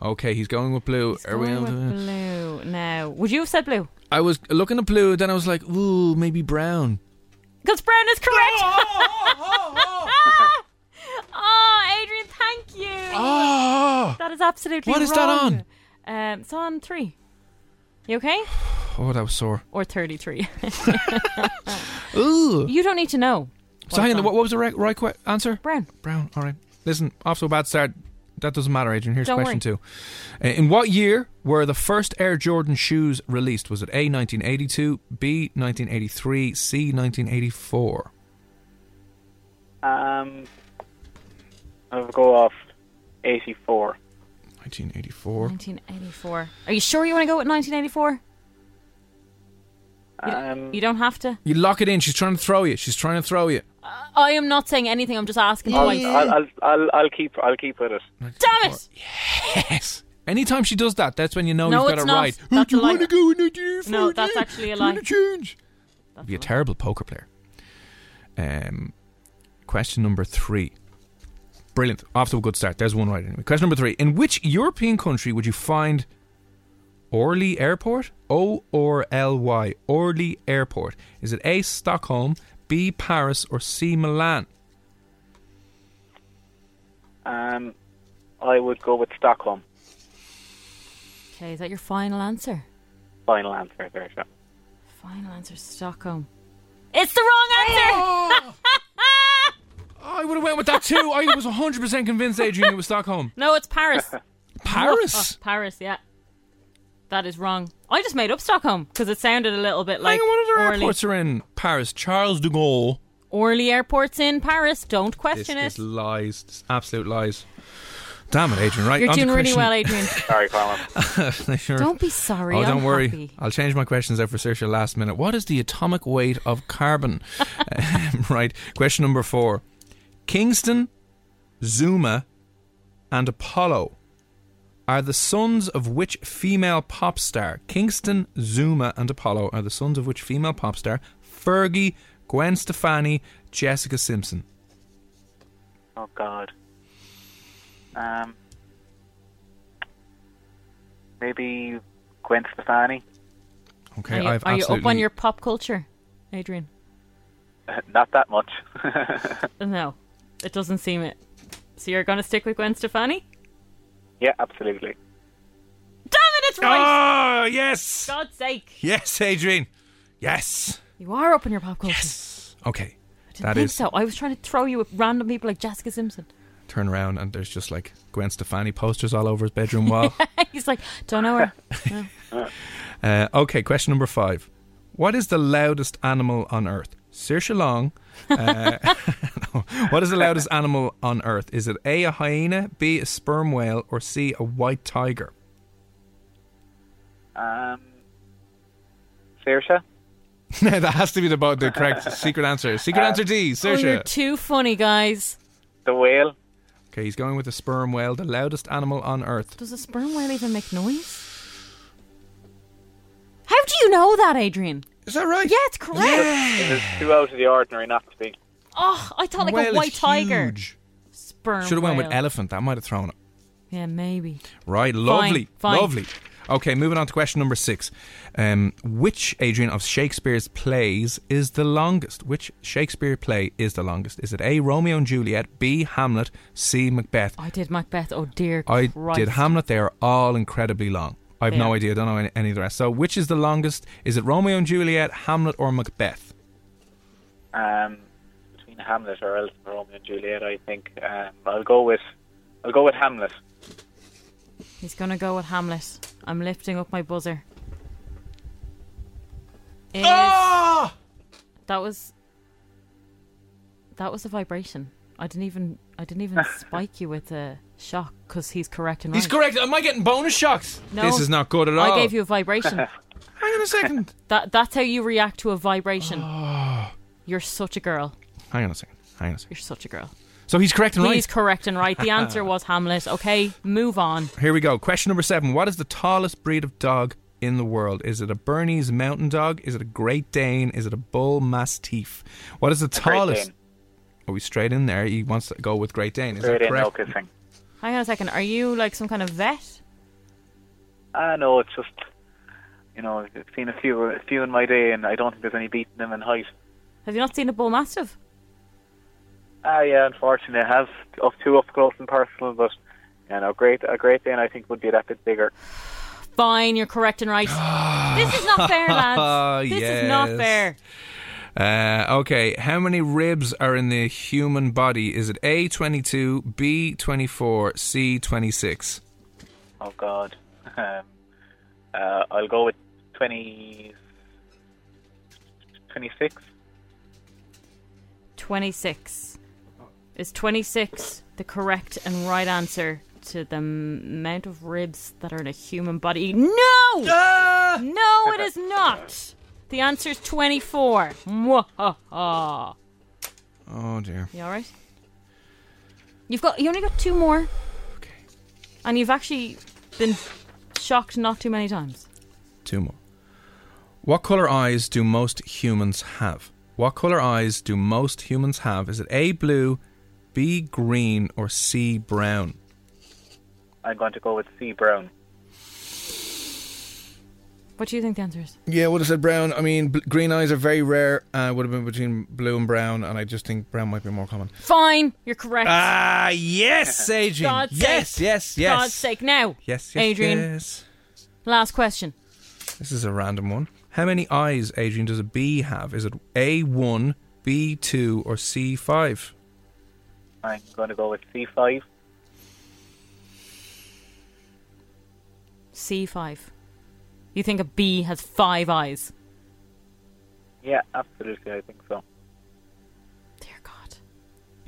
Speaker 4: Okay, he's going with blue. Are we
Speaker 5: Going
Speaker 4: on
Speaker 5: with
Speaker 4: to-
Speaker 5: blue. Now, would you have said blue?
Speaker 4: I was looking at blue, then I was like, ooh, maybe brown.
Speaker 5: Because brown is correct. oh, Adrian, thank you.
Speaker 4: Oh.
Speaker 5: That is absolutely.
Speaker 4: What is that
Speaker 5: wrong. Um, it's on three. You okay?
Speaker 4: Oh, that was sore.
Speaker 5: Or thirty-three.
Speaker 4: Ooh.
Speaker 5: you don't need to know.
Speaker 4: so hang on, what, what was the right, right que- answer?
Speaker 5: Brown.
Speaker 4: Brown, all right. Listen, off to a bad start. That doesn't matter, Adrian. Here's
Speaker 5: Don't
Speaker 4: question two. Uh, In what year were the first Air Jordan shoes released? Was it A, 1982, B, 1983, C, 1984?
Speaker 13: Um, I'll go off 84.
Speaker 4: 1984.
Speaker 5: 1984. Are you sure you want to go with 1984? You,
Speaker 13: Um,
Speaker 5: you don't have to.
Speaker 4: You lock it in. She's trying to throw you. She's trying to throw you.
Speaker 5: I am not saying anything. I'm just asking.
Speaker 13: I'll,
Speaker 5: twice.
Speaker 13: I'll, I'll, I'll, I'll keep I'll keep with it.
Speaker 5: Damn it!
Speaker 4: Yes. Anytime she does that, that's when you know
Speaker 5: No,
Speaker 4: you've got
Speaker 5: it's
Speaker 4: it
Speaker 5: not.
Speaker 4: right. Who
Speaker 5: That's
Speaker 4: do
Speaker 5: a
Speaker 4: you
Speaker 5: lie.
Speaker 4: want to go in 1984?
Speaker 5: No, that's actually a
Speaker 4: Do you
Speaker 5: lie.
Speaker 4: wanna change? You'd be a terrible poker player. Um, question number three. Brilliant. Off to a good start. There's one right anyway. Question number three. In which European country would you find Orly Airport? O or L Y. Orly Airport. Is it A, Stockholm, B, Paris, or C, Milan?
Speaker 13: Um, I would go with Stockholm.
Speaker 5: Okay, is that your final answer?
Speaker 13: Final answer there, Sean.
Speaker 5: Final answer, Stockholm. It's the wrong answer!
Speaker 4: I would have went with that too. I was 100% convinced, Adrian, it was Stockholm.
Speaker 5: no, it's Paris.
Speaker 4: Paris?
Speaker 5: Oh, Paris, yeah. That is wrong. I just made up Stockholm because it sounded a little bit like
Speaker 4: Hang on, what other
Speaker 5: Orly.
Speaker 4: airports are in Paris? Charles de Gaulle.
Speaker 5: Orly Airport's in Paris. Don't
Speaker 4: This
Speaker 5: question
Speaker 4: is
Speaker 5: it.
Speaker 4: lies. This is absolute lies. Damn it, Adrian. Right,
Speaker 5: You're
Speaker 4: on to
Speaker 5: doing really
Speaker 4: question-
Speaker 5: well, Adrian.
Speaker 13: Sorry, Colin.
Speaker 4: Sure.
Speaker 5: Don't be sorry.
Speaker 4: Oh, don't
Speaker 5: I'm
Speaker 4: worry.
Speaker 5: happy.
Speaker 4: I'll change my questions out for Saoirse last minute. What is the atomic weight of carbon? Um, right. Question number four. Kingston, Zuma, and Apollo are the sons of which female pop star? Kingston, Zuma, and Apollo are the sons of which female pop star? Fergie, Gwen Stefani, Jessica Simpson.
Speaker 13: Oh God. Um, maybe Gwen Stefani.
Speaker 4: Okay,
Speaker 5: are you,
Speaker 4: I've
Speaker 5: are you
Speaker 4: absolutely.
Speaker 5: up on your pop culture, Adrian?
Speaker 13: Not that much.
Speaker 5: No, it doesn't seem it. So you're going to stick with Gwen Stefani?
Speaker 13: yeah, absolutely.
Speaker 5: Damn it, it's right!
Speaker 4: Oh, yes!
Speaker 5: God's sake.
Speaker 4: Yes, Adrian. Yes.
Speaker 5: You are up on your pop culture.
Speaker 4: Okay.
Speaker 5: I didn't
Speaker 4: That
Speaker 5: think
Speaker 4: is
Speaker 5: so. I was trying to throw you at random people like Jessica Simpson.
Speaker 4: turn around and there's just like Gwen Stefani posters all over his bedroom wall.
Speaker 5: He's like, don't know her. No.
Speaker 4: uh, okay, question number five. What is the loudest animal on earth? Saoirse Long. Uh, no. What is the loudest animal on earth? Is it A, a hyena, B, a sperm whale, or C, a white tiger?
Speaker 13: Um, Saoirse.
Speaker 4: that has to be the, bo- the correct secret answer. Secret answer D,
Speaker 5: Oh, you're
Speaker 4: Saoirse.
Speaker 5: too funny, guys.
Speaker 13: The whale.
Speaker 4: Okay, he's going with a sperm whale, the loudest animal on earth.
Speaker 5: Does a sperm whale even make noise? How do you know that, Adrian?
Speaker 4: Is that right?
Speaker 5: Yeah, it's correct.
Speaker 13: It is too out of the ordinary not to be.
Speaker 5: Oh, I thought like
Speaker 4: Whale
Speaker 5: a
Speaker 4: is
Speaker 5: white tiger.
Speaker 4: huge.
Speaker 5: Sperm
Speaker 4: Should have went with
Speaker 5: whale.
Speaker 4: elephant. That might have thrown it.
Speaker 5: Yeah, maybe.
Speaker 4: Right, lovely,
Speaker 5: fine.
Speaker 4: lovely. Okay, moving on to question number six. Um, which, Adrian, of Shakespeare's plays is the longest? Which Shakespeare play is the longest? Is it A, Romeo and Juliet, B, Hamlet, C, Macbeth?
Speaker 5: I did Macbeth. Oh dear
Speaker 4: I
Speaker 5: Christ.
Speaker 4: did Hamlet. They are all incredibly long. I have
Speaker 5: They
Speaker 4: no
Speaker 5: are.
Speaker 4: idea. don't know any, any of the rest. So, which is the longest? Is it Romeo and Juliet, Hamlet, or Macbeth?
Speaker 13: Um, between Hamlet or else Romeo and Juliet, I think um, I'll go with I'll go with Hamlet.
Speaker 5: He's gonna go with Hamlet. I'm lifting up my buzzer. Is-
Speaker 4: Ah!
Speaker 5: That was that was a vibration. I didn't even I didn't even spike you with a shock because he's correct and
Speaker 4: He's
Speaker 5: right.
Speaker 4: correct. Am I getting bonus shocks?
Speaker 5: No.
Speaker 4: This is not good at all.
Speaker 5: I gave you a vibration.
Speaker 4: Hang on a second.
Speaker 5: That that's how you react to a vibration. You're such a girl.
Speaker 4: Hang on a second. Hang on a second.
Speaker 5: You're such a girl.
Speaker 4: So he's correct and right.
Speaker 5: He's correct and right. The answer was Hamlet. Okay, move on.
Speaker 4: Here we go. Question number seven. What is the tallest breed of dog in the world? Is it a Bernese mountain dog? Is it a Great Dane? Is it a Bull Mastiff? What is the
Speaker 13: Great
Speaker 4: tallest?
Speaker 13: Dane.
Speaker 4: Oh, he's straight in there. He wants to go with Great Dane. Is
Speaker 13: Great
Speaker 4: that
Speaker 13: Dane, no
Speaker 4: correct?
Speaker 13: kissing.
Speaker 5: Hang on a second. Are you like some kind of vet?
Speaker 13: Ah, no, it's just you know I've seen a few a few in my day, and I don't think there's any beating them in height.
Speaker 5: Have you not seen a bull mastiff?
Speaker 13: Ah, yeah, unfortunately, I have up two up close and personal, but you know, great a Great Dane I think would be that bit bigger.
Speaker 5: Fine, you're correct and right. this is not fair, lads. This is not
Speaker 4: Yes.
Speaker 5: fair.
Speaker 4: Uh, okay, how many ribs are in the human body? Is it A twenty two, B twenty four, C twenty six?
Speaker 13: Oh God, um, uh, I'll go with 20, 26.
Speaker 5: 26. Is 26 the correct and right answer to the m- amount of ribs that are in a human body? No!
Speaker 4: Ah!
Speaker 5: No, it is not! The answer is 24. Mwahaha.
Speaker 4: Oh dear.
Speaker 5: You alright? You've got you only got two more. Okay. And you've actually been shocked not too many times.
Speaker 4: Two more. What color eyes do most humans have? What color eyes do most humans have? Is it A blue, B green, or C brown?
Speaker 13: I'm going to go with C Brown.
Speaker 5: What do you think the answer is?
Speaker 4: Yeah, would have said brown. I mean, bl- green eyes are very rare. Uh, would have been between blue and brown, and I just think brown might be more common.
Speaker 5: Fine, you're correct.
Speaker 4: Ah, yes, Adrian.
Speaker 5: God's
Speaker 4: yes,
Speaker 5: sake.
Speaker 4: yes, yes.
Speaker 5: God's sake. Now,
Speaker 4: Yes, yes,
Speaker 5: Adrian,
Speaker 4: yes.
Speaker 5: last question.
Speaker 4: This is a random one. How many eyes, Adrian, does a bee have? Is it A1, B2, or C5?
Speaker 13: I'm going to go with C5.
Speaker 5: C5. You think a bee has five eyes?
Speaker 13: Yeah, absolutely, I think so. Uh,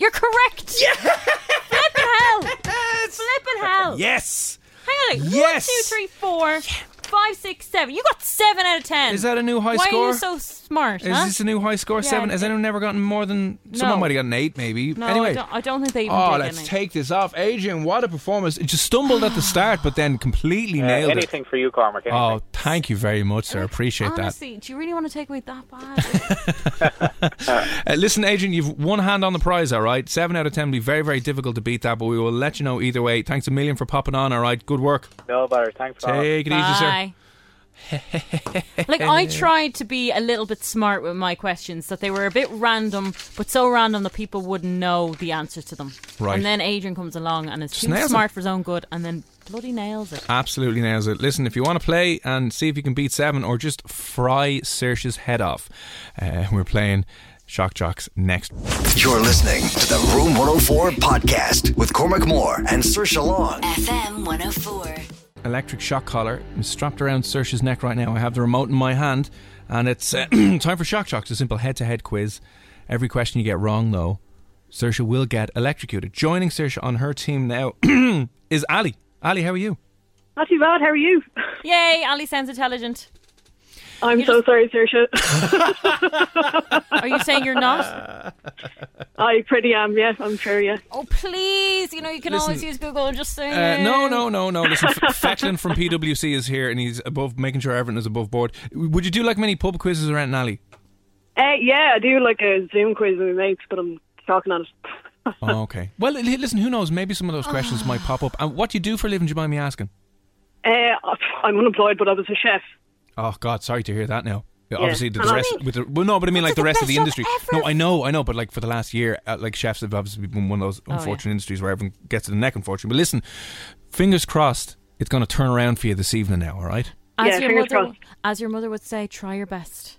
Speaker 5: You're correct! Flippin' hell! Flippin' hell!
Speaker 4: Yes!
Speaker 5: Hang on, like,
Speaker 4: Yes!
Speaker 5: one, two, three, four, five, six, seven. You got seven out of ten.
Speaker 4: Is that a new high
Speaker 5: Why
Speaker 4: score?
Speaker 5: are you so smart?
Speaker 4: Is
Speaker 5: huh?
Speaker 4: this a new high score?
Speaker 5: Yeah,
Speaker 4: Seven?
Speaker 5: it-
Speaker 4: Has anyone ever gotten more than. Someone
Speaker 5: No.
Speaker 4: might have gotten eight, maybe.
Speaker 5: No,
Speaker 4: anyway.
Speaker 5: I, don't, I don't think they even
Speaker 4: Oh,
Speaker 5: did
Speaker 4: let's
Speaker 5: any.
Speaker 4: take this off. Adrian, what a performance. It just stumbled at the start, but then completely
Speaker 13: Uh,
Speaker 4: nailed
Speaker 13: anything for you, Cormac.
Speaker 4: it.
Speaker 13: Anything.
Speaker 4: Oh, thank you very much, sir. Appreciate that.
Speaker 5: Honestly, do you really want to take away that bad?
Speaker 4: Uh, listen, Adrian, you've one hand on the prize, all right? Seven out of ten be very, very difficult to beat that, but we will let you know either way. Thanks a million for popping on, all right? Good work.
Speaker 13: No bother. Thanks, Cormac.
Speaker 4: Take it easy, sir.
Speaker 5: Bye. like I tried to be a little bit smart with my questions, that they were a bit random, but so random that people wouldn't know the answer to them.
Speaker 4: Right.
Speaker 5: And then Adrian comes along and is too
Speaker 4: nails it.
Speaker 5: smart for his own good, and then bloody nails it.
Speaker 4: Absolutely nails it. Listen, if you want to play and see if you can beat seven or just fry Saoirse's head off, uh, we're playing Shock Jocks next.
Speaker 2: You're listening to the Room 104 podcast with Cormac Moore and Sir Long.
Speaker 3: FM 104.
Speaker 4: Electric shock collar is strapped around Saoirse's neck right now. I have the remote in my hand, and it's uh, time for Shock Jocks, a simple head to head quiz. Every question you get wrong, though, Saoirse will get electrocuted. Joining Saoirse on her team now is Ali. Ali, how are you?
Speaker 12: Not too bad. How are you?
Speaker 5: Yay, Ali sounds intelligent.
Speaker 12: I'm so sorry, Saoirse.
Speaker 5: Are you saying you're not?
Speaker 12: I pretty am. Yeah, I'm sure. Yeah.
Speaker 5: Oh please, you know you can
Speaker 4: Listen,
Speaker 5: always use Google. Just saying.
Speaker 4: Uh, no, no, no, no. Listen, F- Fechlin from PwC is here, and he's above making sure everything is above board. Would you do like many pub quizzes around an alley?
Speaker 12: Uh, yeah, I do like a Zoom quiz with my mates, but I'm talking on it.
Speaker 4: Oh, okay. Well, li- listen. Who knows? Maybe some of those questions might pop up. And what do you do for a living? Do you mind me asking?
Speaker 12: Uh, I'm unemployed, but I was a chef.
Speaker 4: Oh God, sorry to hear that. Now,
Speaker 12: Yeah.
Speaker 4: obviously, the,
Speaker 12: And I
Speaker 4: rest
Speaker 12: mean-
Speaker 4: with the, well, no, but I mean like the, rest of the
Speaker 12: best
Speaker 4: industry. No, I know, I know, but like for the last year, uh, like chefs have obviously been one of those
Speaker 12: Oh, yeah.
Speaker 4: unfortunate industries where everyone gets to the neck, unfortunately. But listen, fingers crossed, it's going to turn around for you this evening now. All right,
Speaker 5: As
Speaker 12: Yeah,
Speaker 5: your
Speaker 12: fingers
Speaker 5: mother, as your mother would say, try your best.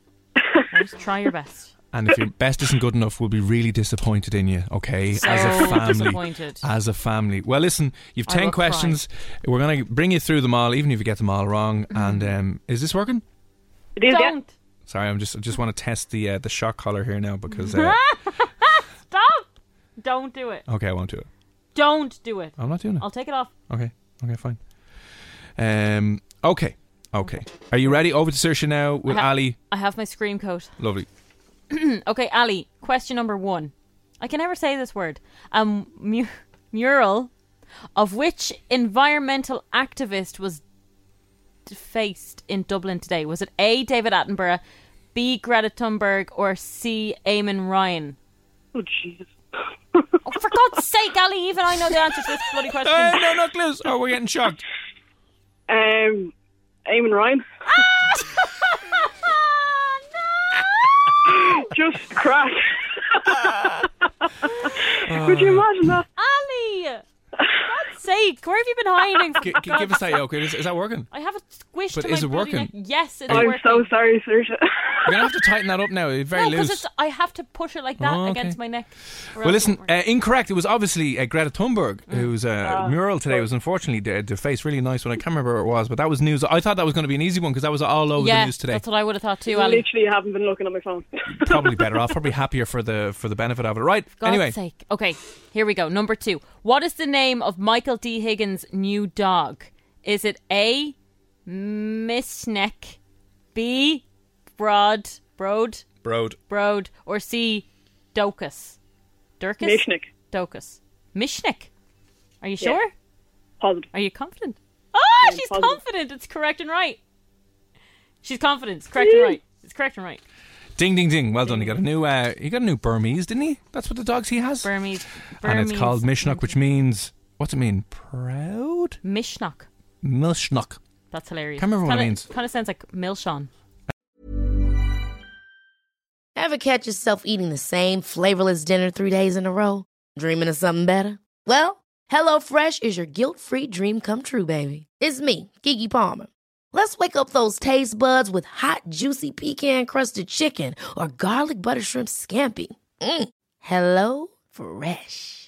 Speaker 5: Right? Try your best.
Speaker 4: and if your best isn't good enough, we'll be really disappointed in you. Okay, as
Speaker 5: So
Speaker 4: a family,
Speaker 5: disappointed.
Speaker 4: as a family. Well, listen, you've
Speaker 5: I
Speaker 4: ten
Speaker 5: will cry.
Speaker 4: questions. We're going to bring you through them all, even if you get them all wrong.
Speaker 5: Mm-hmm.
Speaker 4: And um, is this working?
Speaker 12: It is, yeah.
Speaker 4: Sorry, I'm just I just want to test the uh, the shock collar here now because uh,
Speaker 5: Stop! Don't do it.
Speaker 4: okay, I won't do it.
Speaker 5: Don't do it.
Speaker 4: I'm not doing it.
Speaker 5: I'll take it off.
Speaker 4: Okay. Okay. Fine. Um. Okay. Okay. Are you ready? Over to Saoirse now with
Speaker 5: I ha-
Speaker 4: Ali.
Speaker 5: I have my scream coat.
Speaker 4: Lovely.
Speaker 5: okay, Ali. Question number one. I can never say this word. A mu- mural of which environmental activist was defaced in Dublin today? Was it A. David Attenborough, B. Greta Thunberg, or C. Eamon Ryan?
Speaker 12: Oh, Jesus.
Speaker 5: Oh, for God's sake, Ali! Even I know the answer to this bloody question.
Speaker 4: Uh, no, not close. Oh, we're getting shocked.
Speaker 12: Um, Eamon Ryan.
Speaker 5: Ah!
Speaker 12: Just crack. Could you imagine that?
Speaker 5: Ali! For God's sake, where have you been hiding?
Speaker 4: G- g- give us that yoke. Is, is that working?
Speaker 5: I have it squished.
Speaker 4: But
Speaker 5: to
Speaker 4: is
Speaker 5: my
Speaker 4: it
Speaker 5: bloody
Speaker 4: working?
Speaker 5: neck. Yes, it's
Speaker 4: I'm
Speaker 5: working.
Speaker 12: So sorry, Saoirse.
Speaker 4: We're gonna have to tighten that up now. It's very
Speaker 5: no,
Speaker 4: loose.
Speaker 5: because I have to push it like that
Speaker 4: Oh, okay.
Speaker 5: against my neck. or
Speaker 4: well,
Speaker 5: else
Speaker 4: listen,
Speaker 5: it won't work.
Speaker 4: uh, incorrect. It was obviously uh, Greta Thunberg
Speaker 5: Mm.
Speaker 4: whose
Speaker 5: Ah,
Speaker 4: uh, mural today was unfortunately de- defaced. Really nice one. I can't remember where it was, but that was news. I thought that was going to be an easy one because that was all over
Speaker 5: yeah,
Speaker 4: the news today.
Speaker 5: that's what I would have thought too, Ali.
Speaker 12: Literally, haven't been looking at my phone.
Speaker 4: probably better off. Probably happier for the for the benefit of it. Right.
Speaker 5: God's
Speaker 4: anyway.
Speaker 5: sake. Okay, here we go. Number two. What is the name of Michael D. Higgins' new dog? Is it A. Mishnek, B. Broad, Broad,
Speaker 4: Broad.
Speaker 5: Broad, or C. Docus? Durkus?
Speaker 12: Mishnik.
Speaker 5: Docus. Mishnik. Are you
Speaker 12: Yeah.
Speaker 5: sure?
Speaker 12: Positive.
Speaker 5: Are you confident? Ah,
Speaker 12: I'm
Speaker 5: she's
Speaker 12: positive.
Speaker 5: confident. It's correct and right. She's confident. It's correct and right. It's correct and right.
Speaker 4: Ding ding ding! Well done. He got a new. Uh, he got a new Burmese, didn't he? That's what the dogs he has.
Speaker 5: Burmese.
Speaker 4: and it's
Speaker 5: Burmese.
Speaker 4: called Mishnok, which means what's it mean? Proud
Speaker 5: Mishnak.
Speaker 4: Milshnok.
Speaker 5: That's hilarious.
Speaker 4: Can't remember what it
Speaker 5: kinda,
Speaker 4: means.
Speaker 5: Kind of sounds like Milshon.
Speaker 11: Ever catch yourself eating the same flavorless dinner three days in a row? Dreaming of something better? Well, HelloFresh is your guilt-free dream come true, baby. It's me, Gigi Palmer. Let's wake up those taste buds with hot, juicy pecan-crusted chicken or garlic butter shrimp scampi. Mm. Hello Fresh.